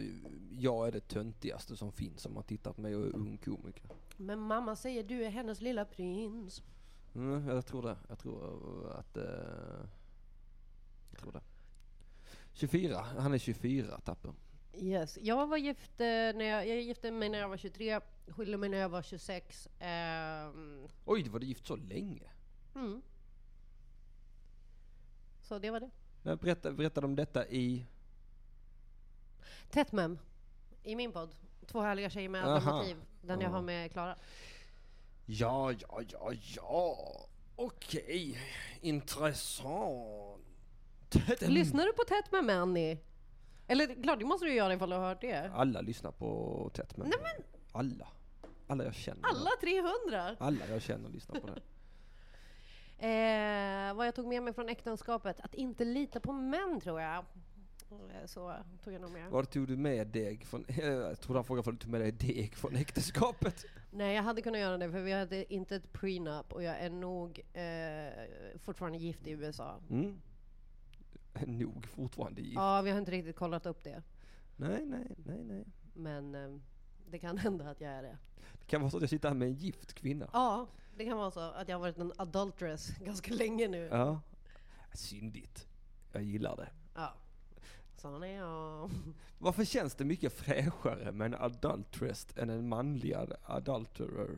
jag är det töntigaste som finns om man tittar på mig och är ung komiker. Men mamma säger du är hennes lilla prins. Mm, jag tror det. Jag tror att... eh, jag tror det. 24. Han är 24, Tapper. Yes. Jag var gift, eh, när jag, jag gifte mig när jag var 23, skilde mig när jag var 26. ehm, Oj, var du gift så länge? mm. Så det var det. Nej, Berätta, berättade om detta i... Tätt mem. I min podd. Två härliga tjejer med Aha. alternativ. Den jag Ja. har med Klara. Ja, ja, ja, ja. Okej. Intressant. Lyssnar du på Tätt mem Annie? Eller klart, det måste du göra ifall du har hört det. Alla lyssnar på tätt men... Nej, men- Alla. Alla jag känner. Alla 300! Alla jag känner lyssnar på det. Eh, vad jag tog med mig från äktenskapet? Att inte lita på män tror jag. Eh, Så tog jag nog med. Var tog du med deg från... Jag tror han frågade om du tog med dig deg från äktenskapet. Nej, jag hade kunnat göra det för vi hade inte ett prenup och jag är nog eh, fortfarande gift i USA. Mm. Nog fortfarande gift. Ja, vi har inte riktigt kollat upp det. Nej, nej, nej, nej. Men eh, det kan hända att jag är det. Det kan vara så att jag sitter här med en gift kvinna. Ja, det kan vara så att jag har varit en adulteress ganska länge nu. Ja. Ja. Syndigt. Jag gillar det. Sån är jag. Varför känns det mycket fräschare med en adultress än en manlig ad- adulterer?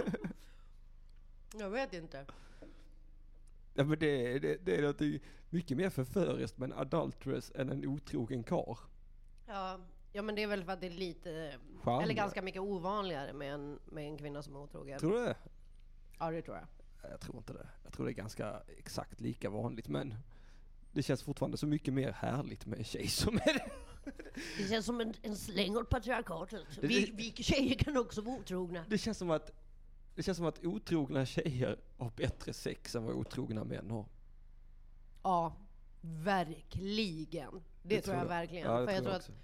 jag vet inte. Ja, men det, det, det är något mycket mer förföriskt med en adultress än en otrogen kar. Ja, ja, men det är väl för att det är lite, Genre. eller ganska mycket ovanligare med en, med en kvinna som är otrogen. Tror du det? Ja, det tror jag. Jag tror inte det. Jag tror det är ganska exakt lika vanligt men det känns fortfarande så mycket mer härligt med en tjej som är det. Det känns som en, en släng åt patriarkatet. Det- Vi, vi tjejer kan också vara otrogna. Det känns som att det känns som att otrogna tjejer har bättre sex än vad otrogna män har. Ja, verkligen. Det, tror jag, verkligen. Ja, det För jag tror också. att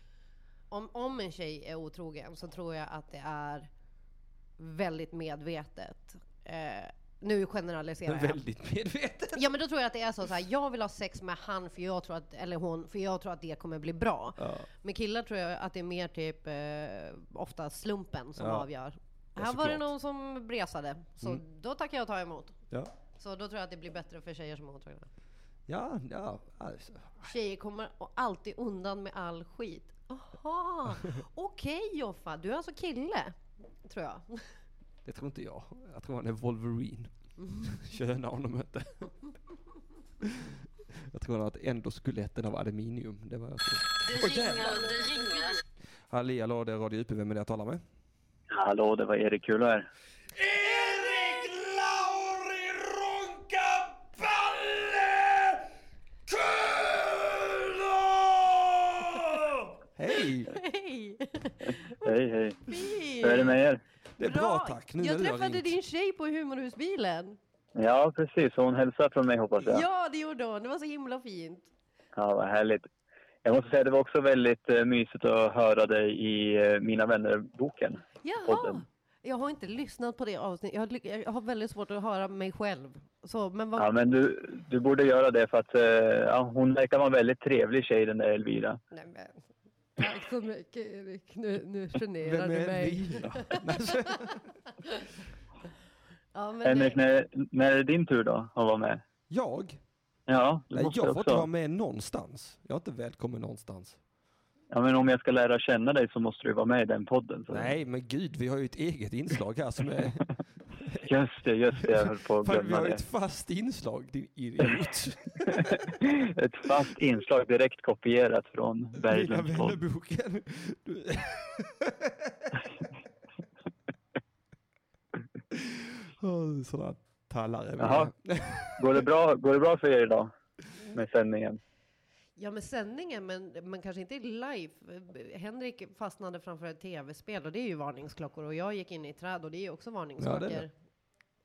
om, om en tjej är otrogen så tror jag att det är väldigt medvetet. Eh, nu generaliserar Men jag. väldigt medvetet. Ja men då tror jag att det är så, så här, jag vill ha sex med han för jag tror att, eller hon, för jag tror att det kommer bli bra. Ja. Med killar tror jag att det är mer typ eh, ofta slumpen som Ja. avgör. Ja, här var det såklart. Mm. någon som bresade, så då tackar jag och tar emot. Ja. Så då tror jag att det blir bättre för tjejer som är otrogna. Ja, ja. Alltså. Tjejer kommer alltid undan med all skit. Aha, okej Joffa, du är alltså kille? Tror jag. Det tror inte jag. Jag tror han är Wolverine. Köna honom inte. Jag tror han har ett endoskeletten av aluminium. Det var jag tror. Halli hallå, det är Radio UP. Vem är det jag talar med? Hallå, det var Erik Kulo här. Erik Lauri Runkaballe Kulo! Hej! Hej! Hej, hej. Mm. Hej! Hur är det med er? Det är bra tack. Nu när jag du har träffade ringt. din tjej på humorhusbilen. Ja, precis. Hon hälsar från mig hoppas jag. Ja, det gjorde hon. Det var så himla fint. Ja, vad härligt. Jag måste säga, det var också väldigt eh, mysigt att höra dig i eh, Mina vänner-boken. Jaha! Podden. Jag har inte lyssnat på det avsnittet. Jag har, ly- jag har väldigt svårt att höra mig själv. Så, men vad... Ja, men du, du borde göra det för att eh, ja, hon verkar vara en väldigt trevlig tjej den där Elvira. Nej, men. Tack så mycket Erik. Nu, nu Vem generar du är mig. Elvira? Ja, men Henrik, det... Eh, när, när är det din tur då att vara med? Jag? Ja, du Nej, måste jag får inte också. vara med någonstans. Jag är inte välkommen någonstans. Ja, men om jag ska lära känna dig så måste du vara med i den podden. Så. Nej, men gud, vi har ju ett eget inslag här som är... Just det, just det. Jag höll på att Fan, vi glömma har ju det. ett fast inslag, din idiot. Ett fast inslag direkt kopierat från Mina Berglunds podd. vännerboken. Du- Åh, Sådana tallare. vi Jaha. är. Går det, bra, går det bra för er idag med sändningen? ja, men sändningen, men, men kanske inte live. Henrik fastnade framför ett tv-spel och det är ju varningsklockor. Och jag gick in i ett träd och det är ju också varningsklockor. det är det.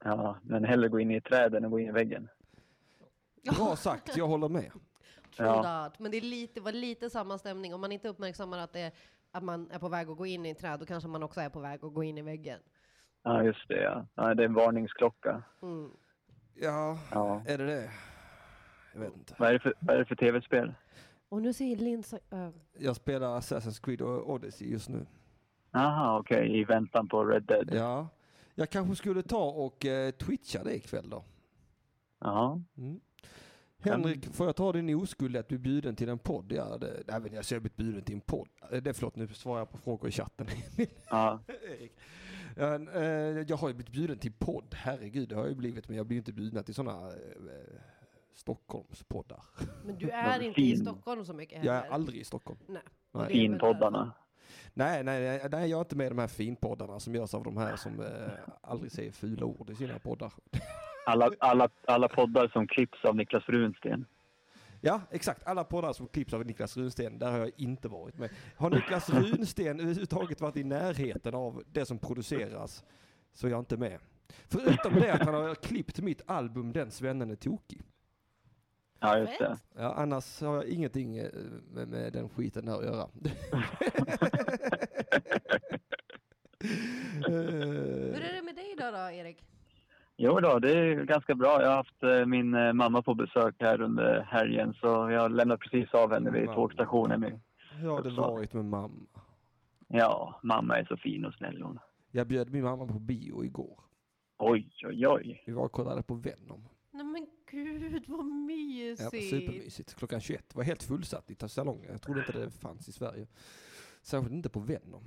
Ja, men hellre gå in i träden än gå in i väggen. Bra sagt, jag håller med. True Ja. that. Men det, är lite, det var lite samma stämning. Om man inte uppmärksammar att, det är, att man är på väg att gå in i ett träd, då kanske man också är på väg att gå in i väggen. Ja, just det. Ja. Ja, det är en varningsklocka. Mm. Ja, Ja. är det det? Jag vet inte. Vad är det för, vad är det för tv-spel? Och nu säger eh, Linsa över. Jag spelar Assassin's Creed och Odyssey just nu. Aha, okej. I väntan på Red Dead. Ja, jag kanske skulle ta och eh, twitcha det ikväll då. Mm. Ja. Henrik, får jag ta din oskuld att du är bjuden till en podd? Ja, det, nej, men alltså, jag har blivit bjuden till en podd. Eh, Det är förlåt, nu svarar jag på frågor i chatten. ja. Erik. Ja, men, eh, jag har ju blivit bjuden till podd, herregud, det har jag ju blivit, men jag blir ju inte bjuden till sådana eh, Stockholmspoddar. Men du är Vad inte i fin. Stockholm så mycket Jag är heller. aldrig i Stockholm. Nej. Nej. Och det är väl Finpoddarna. Nej, nej, nej, nej, jag är inte med i de här finpoddarna som görs av de här som eh, aldrig säger fula ord i sina poddar. Alla, alla, alla poddar som klipps av Niklas Runsten. Ja, exakt. Alla poddar som klipps av Niklas Runsten, där har jag inte varit med. Har Niklas Runsten överhuvudtaget varit i närheten av det som produceras så är jag inte med. Förutom det att han har klippt mitt album Den svennen är tokig. Ja, just det. Ja, annars har jag ingenting eh, med, med den skiten där att göra. där. Eh, Hur är det med dig då, då Erik? Jo då, det är ganska bra. Jag har haft eh, min eh, mamma på besök här under helgen så jag lämnade precis av henne vid Mamma. tågstationen. nu. Hur har det varit med mamma? Ja, mamma är så fin och snäll hon. Jag bjöd min mamma på bio igår. Oj, oj, oj. Vi var och kollade på Venom. Nej men gud vad Ja, mysigt. supermysigt. Klockan 21. Det var helt fullsatt i salongen. Jag trodde inte det fanns i Sverige. Särskilt inte på Venom.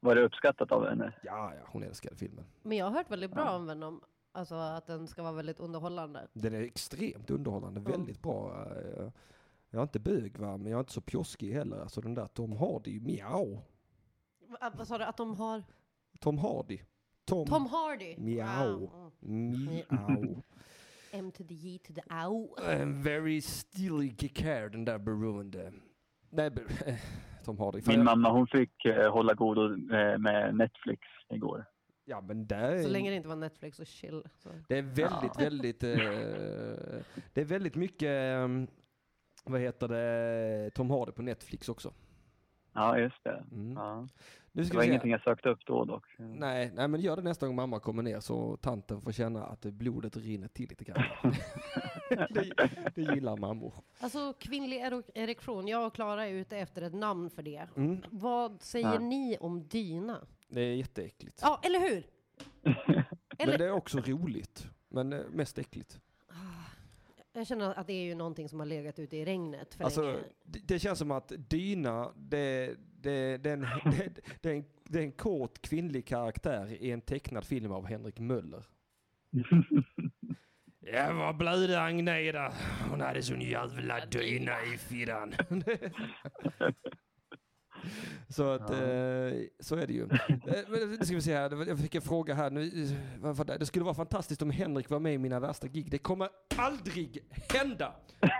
Var det uppskattat av henne? Ja, ja, hon älskade filmen. men jag har hört väldigt bra om Venom. Alltså att den ska vara väldigt underhållande. Den är extremt underhållande. Väldigt bra. eh, Jag är inte bög va, men jag är inte så pjoskig heller. Alltså den där Tom Hardy, miau. Va- Vad sa du? Att de har... Tom Hardy. Tom, Tom Hardy? Miau. Wow. Mm. miau. M to the J to the Au. I'm very stilly kickhair, den där beroende. Nej, ber- eh, Tom Hardy. Fan, Min jag- mamma hon fick eh, hålla godo eh, med Netflix igår. Ja, men där Så är- länge det inte var Netflix och chill. Så. Det är väldigt, väldigt... eh, det är väldigt mycket... eh, vad heter det? Tom Hardy på Netflix också. Ja, just det. Mm. Ja. Nu Det ska var vi se. ingenting jag sökte upp då dock. Nej, nej, men gör det nästa gång mamma kommer ner så tanten får känna att blodet rinner till lite grann. det, det gillar mammor. Alltså kvinnlig ero- erektion. Jag och Klara är ute efter ett namn för det. Mm. Vad säger Ja. ni om dyna? Det är jätteäckligt. Ja, eller hur? Men eller- det är också roligt. Men eh, mest äckligt. Jag känner att det är ju någonting som har legat ute i regnet för Alltså, länge. det, det känns som att dyna, det, det, det, är en, det, det, är en, det är en kort kvinnlig karaktär i en tecknad film av Henrik Möller. Jag var blöda Agneta. Hon hade sån jävla dyna i firran. Så att, eh, så är det ju. Eh, Men nu ska vi se här, Det var- jag fick en fråga här. Nu, vad var det? det skulle vara fantastiskt om Henrik var med i mina värsta gig. Det kommer aldrig hända.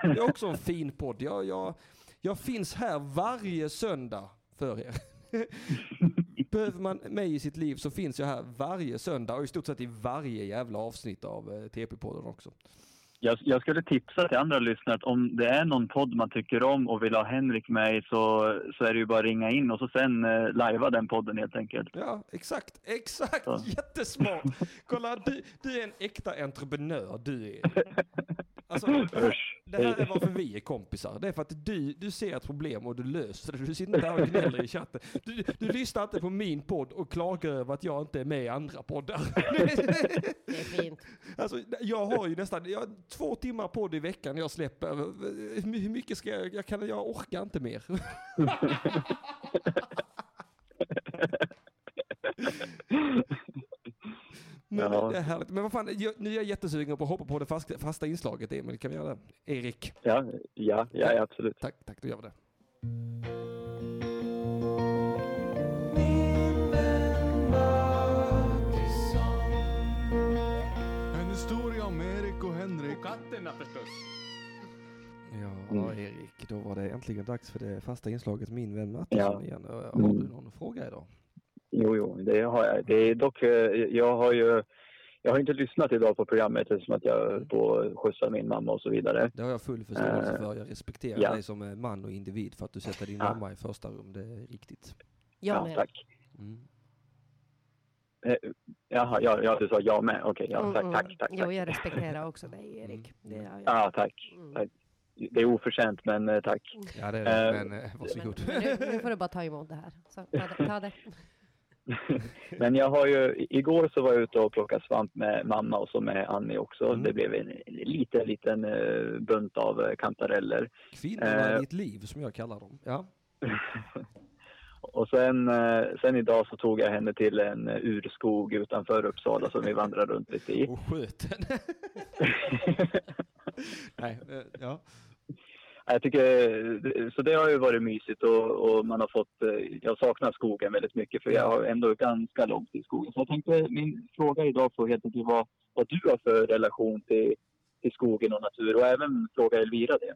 Det är också en fin podd. Jag, jag, jag finns här varje söndag för er. Behöver man mig i sitt liv så finns jag här varje söndag och i stort sett i varje jävla avsnitt av eh, TP-podden också. Jag, jag skulle tipsa till andra lyssnare att om det är någon podd man tycker om och vill ha Henrik med i så, så är det ju bara att ringa in och så sen eh, lajva den podden helt enkelt. Ja, exakt. Exakt. Ja. Jättesmart. Kolla, du, du är en äkta entreprenör. Du är. Alltså, Usch. det här är varför vi är kompisar. Det är för att du, du ser ett problem och du löser det. Du sitter inte här och gnäller i chatten. Du, du lyssnar inte på min podd och klagar över att jag inte är med i andra poddar. Det är fint. Alltså, jag har ju nästan jag har två timmar podd i veckan jag släpper. Hur mycket ska jag, jag, kan, jag orkar inte mer. Men Ja. det är härligt. Men vad fan, jag, nu är jag jättesugen på att hoppa på det fasta, fasta inslaget Emil. Kan vi göra det? Erik, Ja, ja, ja absolut. tack, tack, då gör vi det. En historia om Erik och Henrik. Mm. Ja, Erik, då var det äntligen dags för det fasta inslaget Min vän Mattisson Ja. igen. du Har Mm. någon fråga idag? Jo, jo, det har jag. Det är dock, eh, jag har ju jag har inte lyssnat idag på programmet eftersom att jag höll på att skjutsa min mamma och så vidare. Det har jag full förståelse Eh, för. Jag respekterar ja. dig som eh, man och individ för att du sätter din Ja. mamma i första rum. Det är riktigt. Jag med. tack. Mm. Jaha, ja, ja, du sa jag med. Okej, ja, Mm, tack, mm. tack, tack. Jo, tack. jag respekterar också dig, Erik. Det gör jag. Ja, tack. Mm. tack. Det är oförtjänt, men eh, tack. Ja, det är det. Eh, Men eh, Men, varsågod. men nu, nu får du bara ta emot det här. Så, ta, det, ta det. Men jag har ju, i- igår så var jag ute och plockade svamp med mamma och så med Annie också. Mm. Det blev en en liten, liten eh, bunt av eh, kantareller. Kvinnorna eh, i ditt liv, som jag kallar dem. Ja. Och sen, eh, sen idag så tog jag henne till en eh, urskog utanför Uppsala som vi vandrar runt lite i. Och sköt den. Nej, eh, ja. Jag tycker, eh, så det har ju varit mysigt och, och man har fått, eh, jag saknar skogen väldigt mycket för jag har ändå ganska långt till skogen. Så jag tänkte, min fråga idag får helt enkelt vara vad du har för relation till, till skogen och natur och även fråga Elvira det.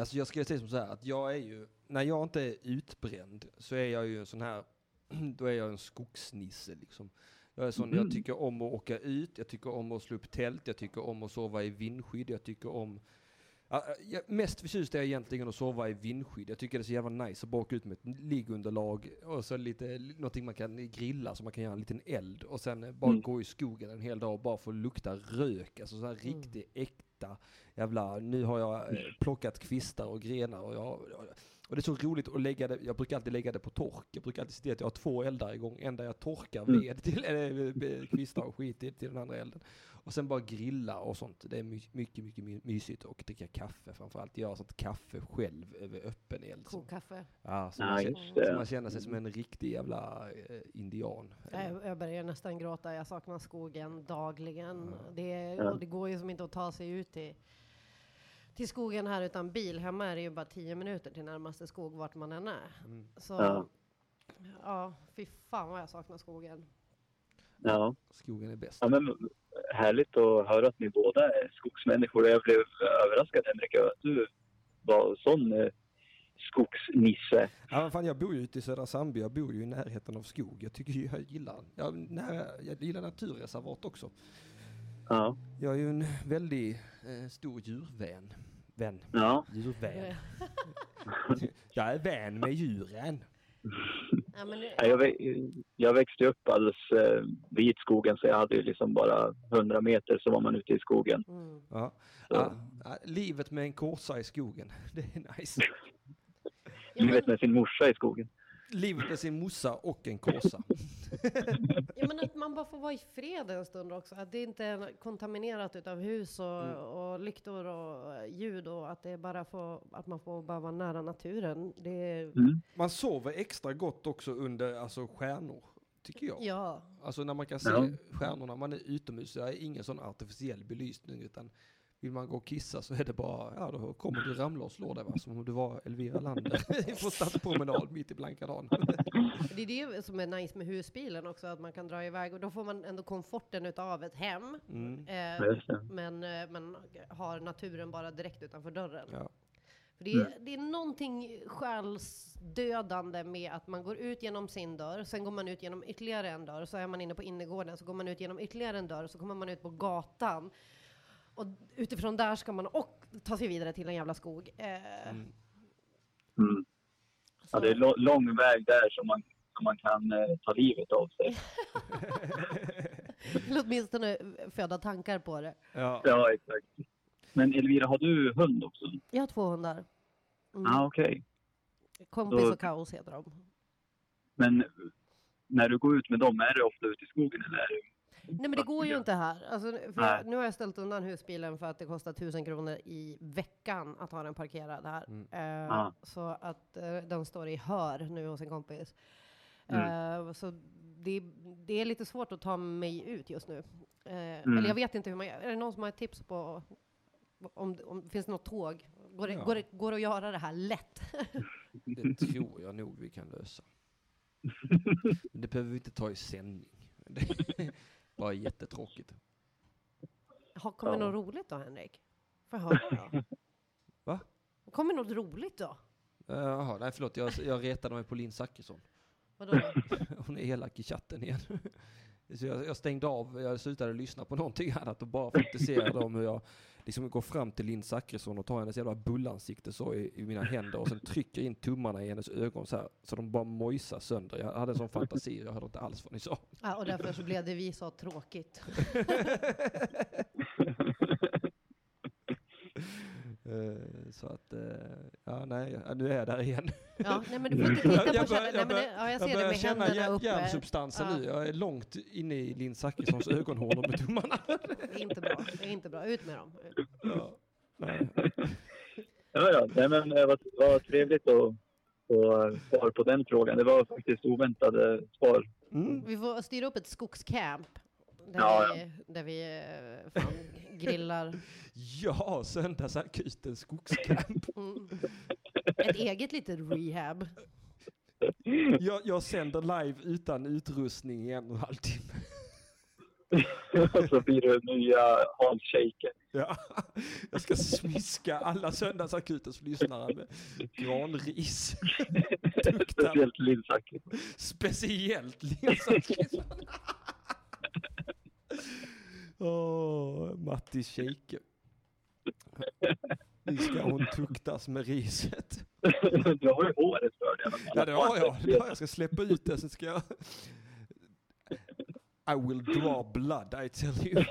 Alltså jag skulle säga som så här att jag är ju, när jag inte är utbränd så är jag ju en sån här, då är jag en skogsnisse liksom. Jag är sån, jag tycker om att åka ut, jag tycker om att slå upp tält, jag tycker om att sova i vindskydd, jag tycker om Ja, jag- mest förtjust är jag egentligen att sova i vindskydd. Jag tycker det är så jävla nice att bara åka ut med ett liggunderlag och så lite någonting man kan grilla så man kan göra en liten eld och sen eh, bara Mm. gå i skogen en hel dag och bara få lukta rök. Alltså så här riktig äkta jävla, nu har jag eh, plockat kvistar och grenar och jag, och det är så roligt att lägga det, jag brukar alltid lägga det på tork. Jag brukar alltid se till att jag har två eldar igång. En där jag torkar Mm. ved till äh, kvistar och skit till till den andra elden. Och sen bara grilla och sånt. Det är my- mycket, mycket my- mysigt. Och dricka kaffe framförallt. Göra sånt kaffe själv över öppen eld. Så, Kokkaffe. ja, så, man, Nej, känner, just så det. man känner sig som en riktig jävla eh, indian. Jag, jag börjar nästan gråta. Jag saknar skogen dagligen. Det, Ja. och det går ju som inte att ta sig ut till, till skogen här utan bil. Hemma är det ju bara tio minuter till närmaste skog vart man än är. Så ja, Ja. fy fan vad jag saknar skogen. Ja, Skogen är bäst. ja men eh, härligt att höra att ni båda är skogsmänniskor och jag blev överraskad Henrik över att du var sån eh, skogsnisse. Ja, men fan, jag bor ju ute i södra Zambia, jag bor ju i närheten av skog. Jag tycker ju jag gillar, jag, nära, jag gillar naturreservat också. Ja, Jag är ju en väldigt eh, stor djurvän. Vän. ja. Djurvän. jag är vän med djuren. Ja, men nu, Ja, Jag, vä- jag växte upp alldeles eh, vid skogen så jag hade ju liksom bara 100 meter så var man ute i skogen. mm. Ja. Ja, ja, livet med en kåsa i skogen, det är nice. ja, men, Livet med sin morsa i skogen. livet med sin mossa och en kåsa. ja, men att man bara får vara i fred en stund också. Att det inte är kontaminerat utav hus och, och lyktor och eh, ljud och att det bara får, att man får bara vara nära naturen. Det är Man sover extra gott också under alltså, stjärnor. tycker jag. Ja. Alltså när man kan se Ja. stjärnorna, man är utomhus, det är ingen sån artificiell belysning utan vill man gå och kissa så är det bara, ja då kommer du ramla och slå dig va, som om du var Elvira Lander på stadspromenad mitt i blanka dagen. Det är det som är nice med husbilen också, att man kan dra iväg och då får man ändå komforten utav ett hem. Mm. Eh, Ja, just det. men eh, man har naturen bara direkt utanför dörren. Ja. För det, är, Mm. det är någonting själsdödande med att man går ut genom sin dörr, sen går man ut genom ytterligare en dörr, så är man inne på innergården, så går man ut genom ytterligare en dörr, så kommer man ut på gatan. Och utifrån där ska man och ta sig vidare till en jävla skog. Eh, Mm. Mm. Ja, så- det är lå- lång väg där som man, som man kan eh, ta livet av sig. Eller åtminstone föda tankar på det. Ja. Ja, exakt. Men Elvira, har du hund också? Ja, Jag har två hundar. Mm. ah, okej. Kompis då- och kaos heter de. Men när du går ut med dem, är det ofta ute i skogen eller? är det- Nej men det går ju inte här. Alltså, för Nej. jag, nu har jag ställt undan husbilen för att det kostar tusen kronor i veckan att ha den parkerad här. Mm. Eh, Ja. Så att eh, den står i hör nu hos en kompis. Mm. Eh, så det, det är lite svårt att ta mig ut just nu. Eh, Mm. Eller jag vet inte hur man gör. Är det någon som har ett tips på om, om finns det något tåg? Går det, Ja. går det, går det att göra det här lätt? Det tror jag nog vi kan lösa. Men det behöver vi inte ta i sändning. Det är bara jättetråkigt. Ha, kommer Ja. något roligt då Henrik? Får jag höra då? Va? Kommer något roligt då? Eh, Jaha, nej förlåt, jag, jag retade mig på Linn Zachrisson. Vadå? då? Hon är elak i chatten igen. Så jag, jag stängde av, jag slutade lyssna på någonting annat och bara fantiserade om hur jag liksom går fram till Linn Zachrisson och tar hennes jävla bullansikte så i, i mina händer och sen trycker in tummarna i hennes ögon så här så de bara mojsar sönder. Jag hade en sån fantasi, jag hörde inte alls vad ni sa. Ja, och därför så blev det vi så tråkigt. Eh, så att, eh, ja nej, ja, nu är jag där igen. Ja, nej, men du får inte titta på Mm. Jag kärlek. börjar- jag Nej, men det, börjar- ja, jag Jag, ser det börjar med känna händerna hjär, uppe. hjärnsubstansen Ja. nu. Jag är långt inne i Linn Zachrissons ögonhålor med tummarna. Det är inte bra. Det är inte bra. Ut med dem. Ja. Nej. Ja, ja. Nej, men eh, vad, vad trevligt att få svar på den frågan. Det var faktiskt oväntade svar. Mm. Vi får styra upp ett skogscamp. Där Ja, vi, där vi eh, fan, grillar. Ja, söndagsakuten skogskamp. Mm. Ett eget litet rehab. Jag, jag sänder live utan utrustning i en och en halv timme. Och så blir det nya Hans Shaker. Ja. Jag ska smiska alla söndagsakutens lyssnare med granris. Tuktar Speciellt Lindsack. speciellt Lindsackrisson. Åh, Matti Scheike. Nu ska hon tuktas med riset. Du har ju håret för det. i alla fall. Ja, det har jag. Det har jag. jag ska släppa ut det, sen ska jag... I will draw blood, I tell you.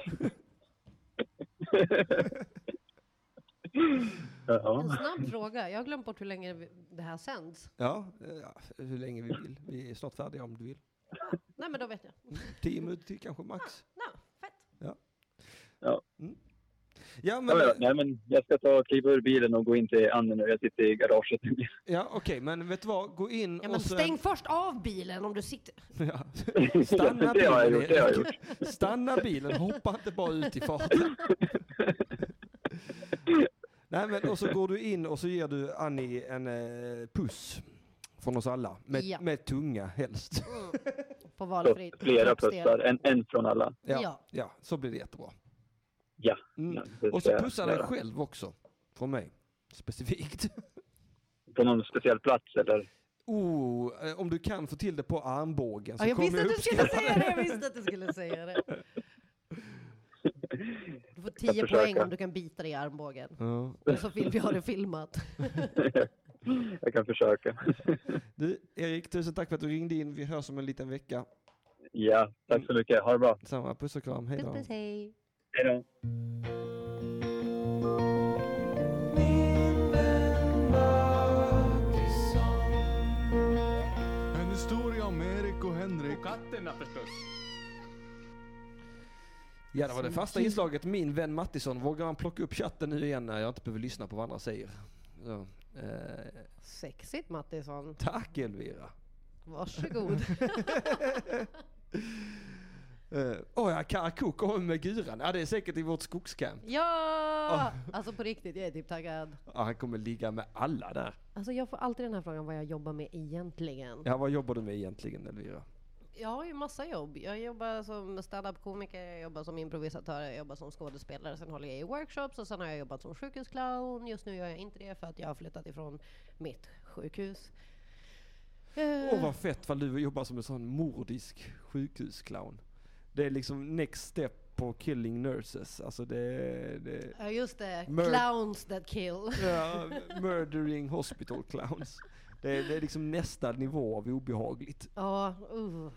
En Ja. snabb fråga. Jag har glömt bort hur länge vi- det här sänds. Ja, eh, ja, hur länge vi vill. Vi är snart färdiga om du vill. Nej, men då vet jag. Tio minuter till kanske max. No, fett. Ja, Ja, men, ja. ja, Nej, men jag ska ta och kliva ur bilen och gå in till Anne nu. Jag sitter i garaget. okej, men vet du vad? Gå in Ja, men och sen... stäng först av bilen om du sitter... Ja. Stanna Det har jag gjort. Det har jag bilen. gjort. Stanna bilen, hoppa inte bara ut i farten. Nej, men och så går du in och så ger du Annie en eh, puss från oss alla. Med, Ja. med tunga helst. Mm. På valfritt. Flera kroppsdel. pussar. En, en från alla. Ja, ja. Ja. så blir det jättebra. Ja. Mm. det Och ska så jag pussa dig göra. själv också. Från mig. Specifikt. På någon speciell plats eller? Oh, eh, om du kan få till det på armbågen så Ja, jag kommer visste att du skulle uppskatta säga det! Jag visste att du skulle säga det. Du får 10 försöker. poäng om du kan bita dig i armbågen. Ja. Och så vill vi ha det filmat. Jag kan försöka. Du, Erik, tusen tack för att du ringde in. Vi hörs om en liten vecka. Ja, tack så mycket. Ha det bra. Samma, puss och kram. Hej Puss, då. puss, hej. Hej då. En historia om Erik och Henrik. Ja, det var Mm. det fasta inslaget. Min vän Mattisson. Vågar man plocka upp chatten nu igen när jag inte behöver lyssna på vad andra säger? Så, eh, Sexigt Mattisson. tack Elvira. Varsågod. Eh, Åh ja, Karakou kommer med guran. Ja, det är säkert i vårt skogscamp. Ah. ja! Alltså på riktigt, jag är typ taggad. Ja, han kommer ligga med alla där. Alltså jag får alltid den här frågan vad jag jobbar med egentligen. Ja, vad jobbar du med egentligen Elvira? Jag har ju massa jobb. Jag jobbar som standup-komiker, jag jobbar som improvisatör, jag jobbar som skådespelare, sen håller jag i workshops och sen har jag jobbat som sjukhusclown. Just nu gör jag inte det för att jag har flyttat ifrån mitt sjukhus. Eh, Åh vad fett vad du jobbar som en sån mordisk sjukhusclown. Det är liksom next step på killing nurses. Alltså det är... Det är Ja just det, Mör- clowns that kill. ja, murdering hospital clowns. Det är, det är liksom nästa nivå av obehagligt. Ja, uh,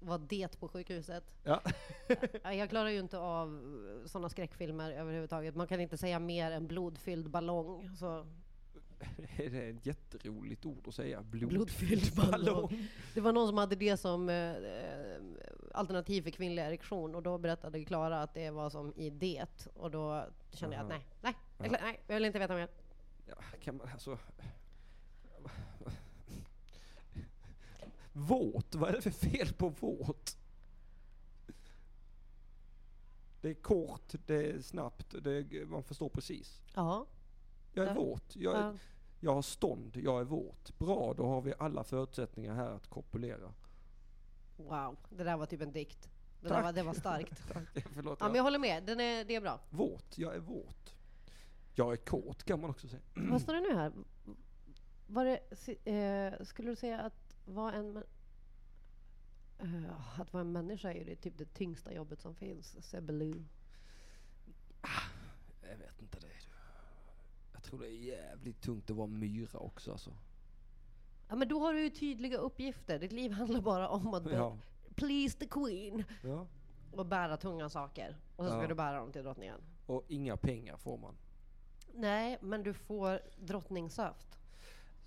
vad det på sjukhuset. Ja. Ja, Jag klarar ju inte av sådana skräckfilmer överhuvudtaget. Man kan inte säga mer än blodfylld ballong. Så Det är ett jätteroligt ord att säga. Blod. blodfylld ballong. Det var någon som hade det som eh, eh, alternativ för kvinnlig erektion och då berättade Klara att det var som i det. Och då kände jag att nej, nej, jag, kla- nej, jag vill inte veta mer. Ja, kan man, alltså... Våt? Vad är det för fel på våt? Det är kort, det är snabbt, det är, man förstår precis. Ja, Jag är Ja. våt, jag, är, ja. jag har stånd, jag är våt. Bra, då har vi alla förutsättningar här att kopulera. wow, det där var typ en dikt. Det, där Tack. var, det var starkt. Förlåt, Ja, men jag, jag håller med, Den är, det är bra. våt, jag är våt. Jag är kåt kan man också säga. Vad står det nu här? Var det, si- eh, skulle du säga att vara en män- eh, att vara en människa är ju det, typ det tyngsta jobbet som finns. Säger Beloo. Jag vet inte det. du. Jag tror det är jävligt tungt att vara myra också alltså. Ja, men då har du ju tydliga uppgifter. Ditt liv handlar bara om att Ja. please the queen ja. och bära tunga saker. Och så ska Ja. du bära dem till drottningen. Och inga pengar får man. Nej, men du får drottningsöft.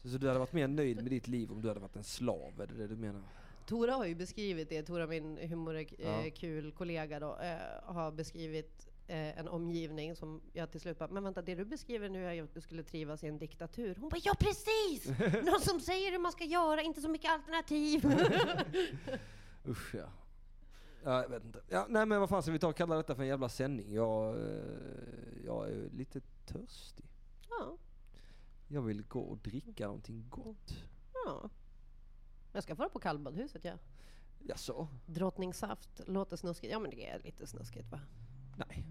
Så, så du hade varit mer nöjd med ditt liv om du hade varit en slav? Är det det du menar? Tora har ju beskrivit det, Tora min Ja. humorkul kollega då, eh, har beskrivit eh, en omgivning som jag till slut bara, men vänta det du beskriver nu är ju att du skulle trivas i en diktatur. Hon bara, ja precis! Någon som säger hur man ska göra, inte så mycket alternativ. Usch ja. ja jag vet inte. Ja, nej men vad fan ska vi ta och kalla detta för en jävla sändning? Jag, eh, jag är lite törstig. ja, Jag vill gå och dricka någonting gott. ja. Jag ska fara på kallbadhuset ja. Jaså? Drottningssaft, låter snuskigt. Ja men det är lite snuskigt va? Nej.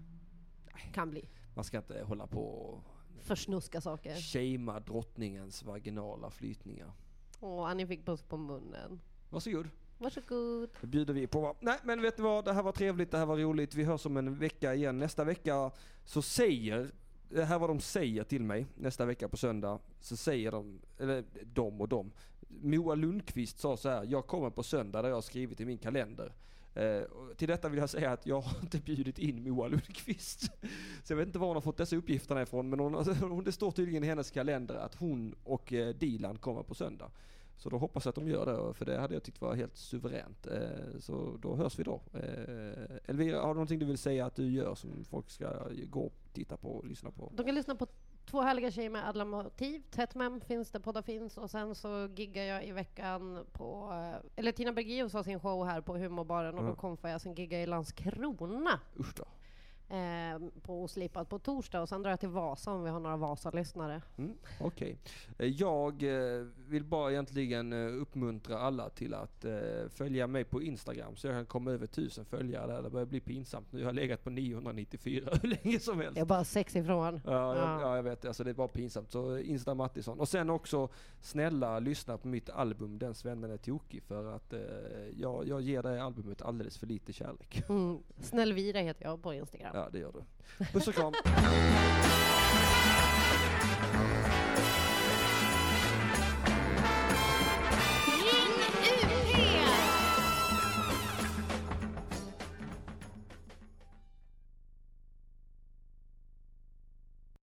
Kan bli. Man ska inte hålla på och Försnuska saker. shamea drottningens vaginala flytningar. Åh, Annie fick puss på munnen. Varsågod. Varsågod. Det bjuder vi på va? Nej men vet ni vad, det här var trevligt, det här var roligt. Vi hörs om en vecka igen. Nästa vecka så säger, det här var de säger till mig, nästa vecka på söndag, så säger de, eller de och de. Moa Lundqvist sa så här, jag kommer på söndag, där jag har skrivit i min kalender. Eh, och till detta vill jag säga att jag har inte bjudit in Moa Lundqvist. Så jag vet inte var hon har fått dessa uppgifterna ifrån, men hon, det står tydligen i hennes kalender att hon och eh, Dilan kommer på söndag. Så då hoppas jag att de gör det, för det hade jag tyckt var helt suveränt. Eh, Så då hörs vi då. Eh, Elvira, har du någonting du vill säga att du gör som folk ska gå och titta på och lyssna på? De kan lyssna på Två härliga tjejer med ädla motiv. Tätmem finns där poddar finns. Och sen så giggar jag i veckan på... eh, Eller Tina Bergius har sin show här på Humorbaren och Ja. då konfar jag. Sen giggar jag i Landskrona Usch då. eh, på Oslipad på torsdag. Och sen drar jag till Vasa om vi har några Vasa-lyssnare. Mm, Okej. Eh, Jag eh, vill bara egentligen eh, uppmuntra alla till att eh, följa mig på Instagram så jag kan komma över tusen följare där. Det börjar bli pinsamt nu. Jag har legat på 994 hur länge som helst. Jag är bara sex ifrån. Ja, Ja. jag, ja, jag vet. Alltså, det är bara pinsamt. Så eh, Insta Mattisson. Och sen också, snälla lyssna på mitt album Den svennen är tokig. För att eh, jag, jag ger det här albumet alldeles för lite kärlek. Mm. Snällvira heter jag på Instagram. Ja, det gör du. Puss och kram.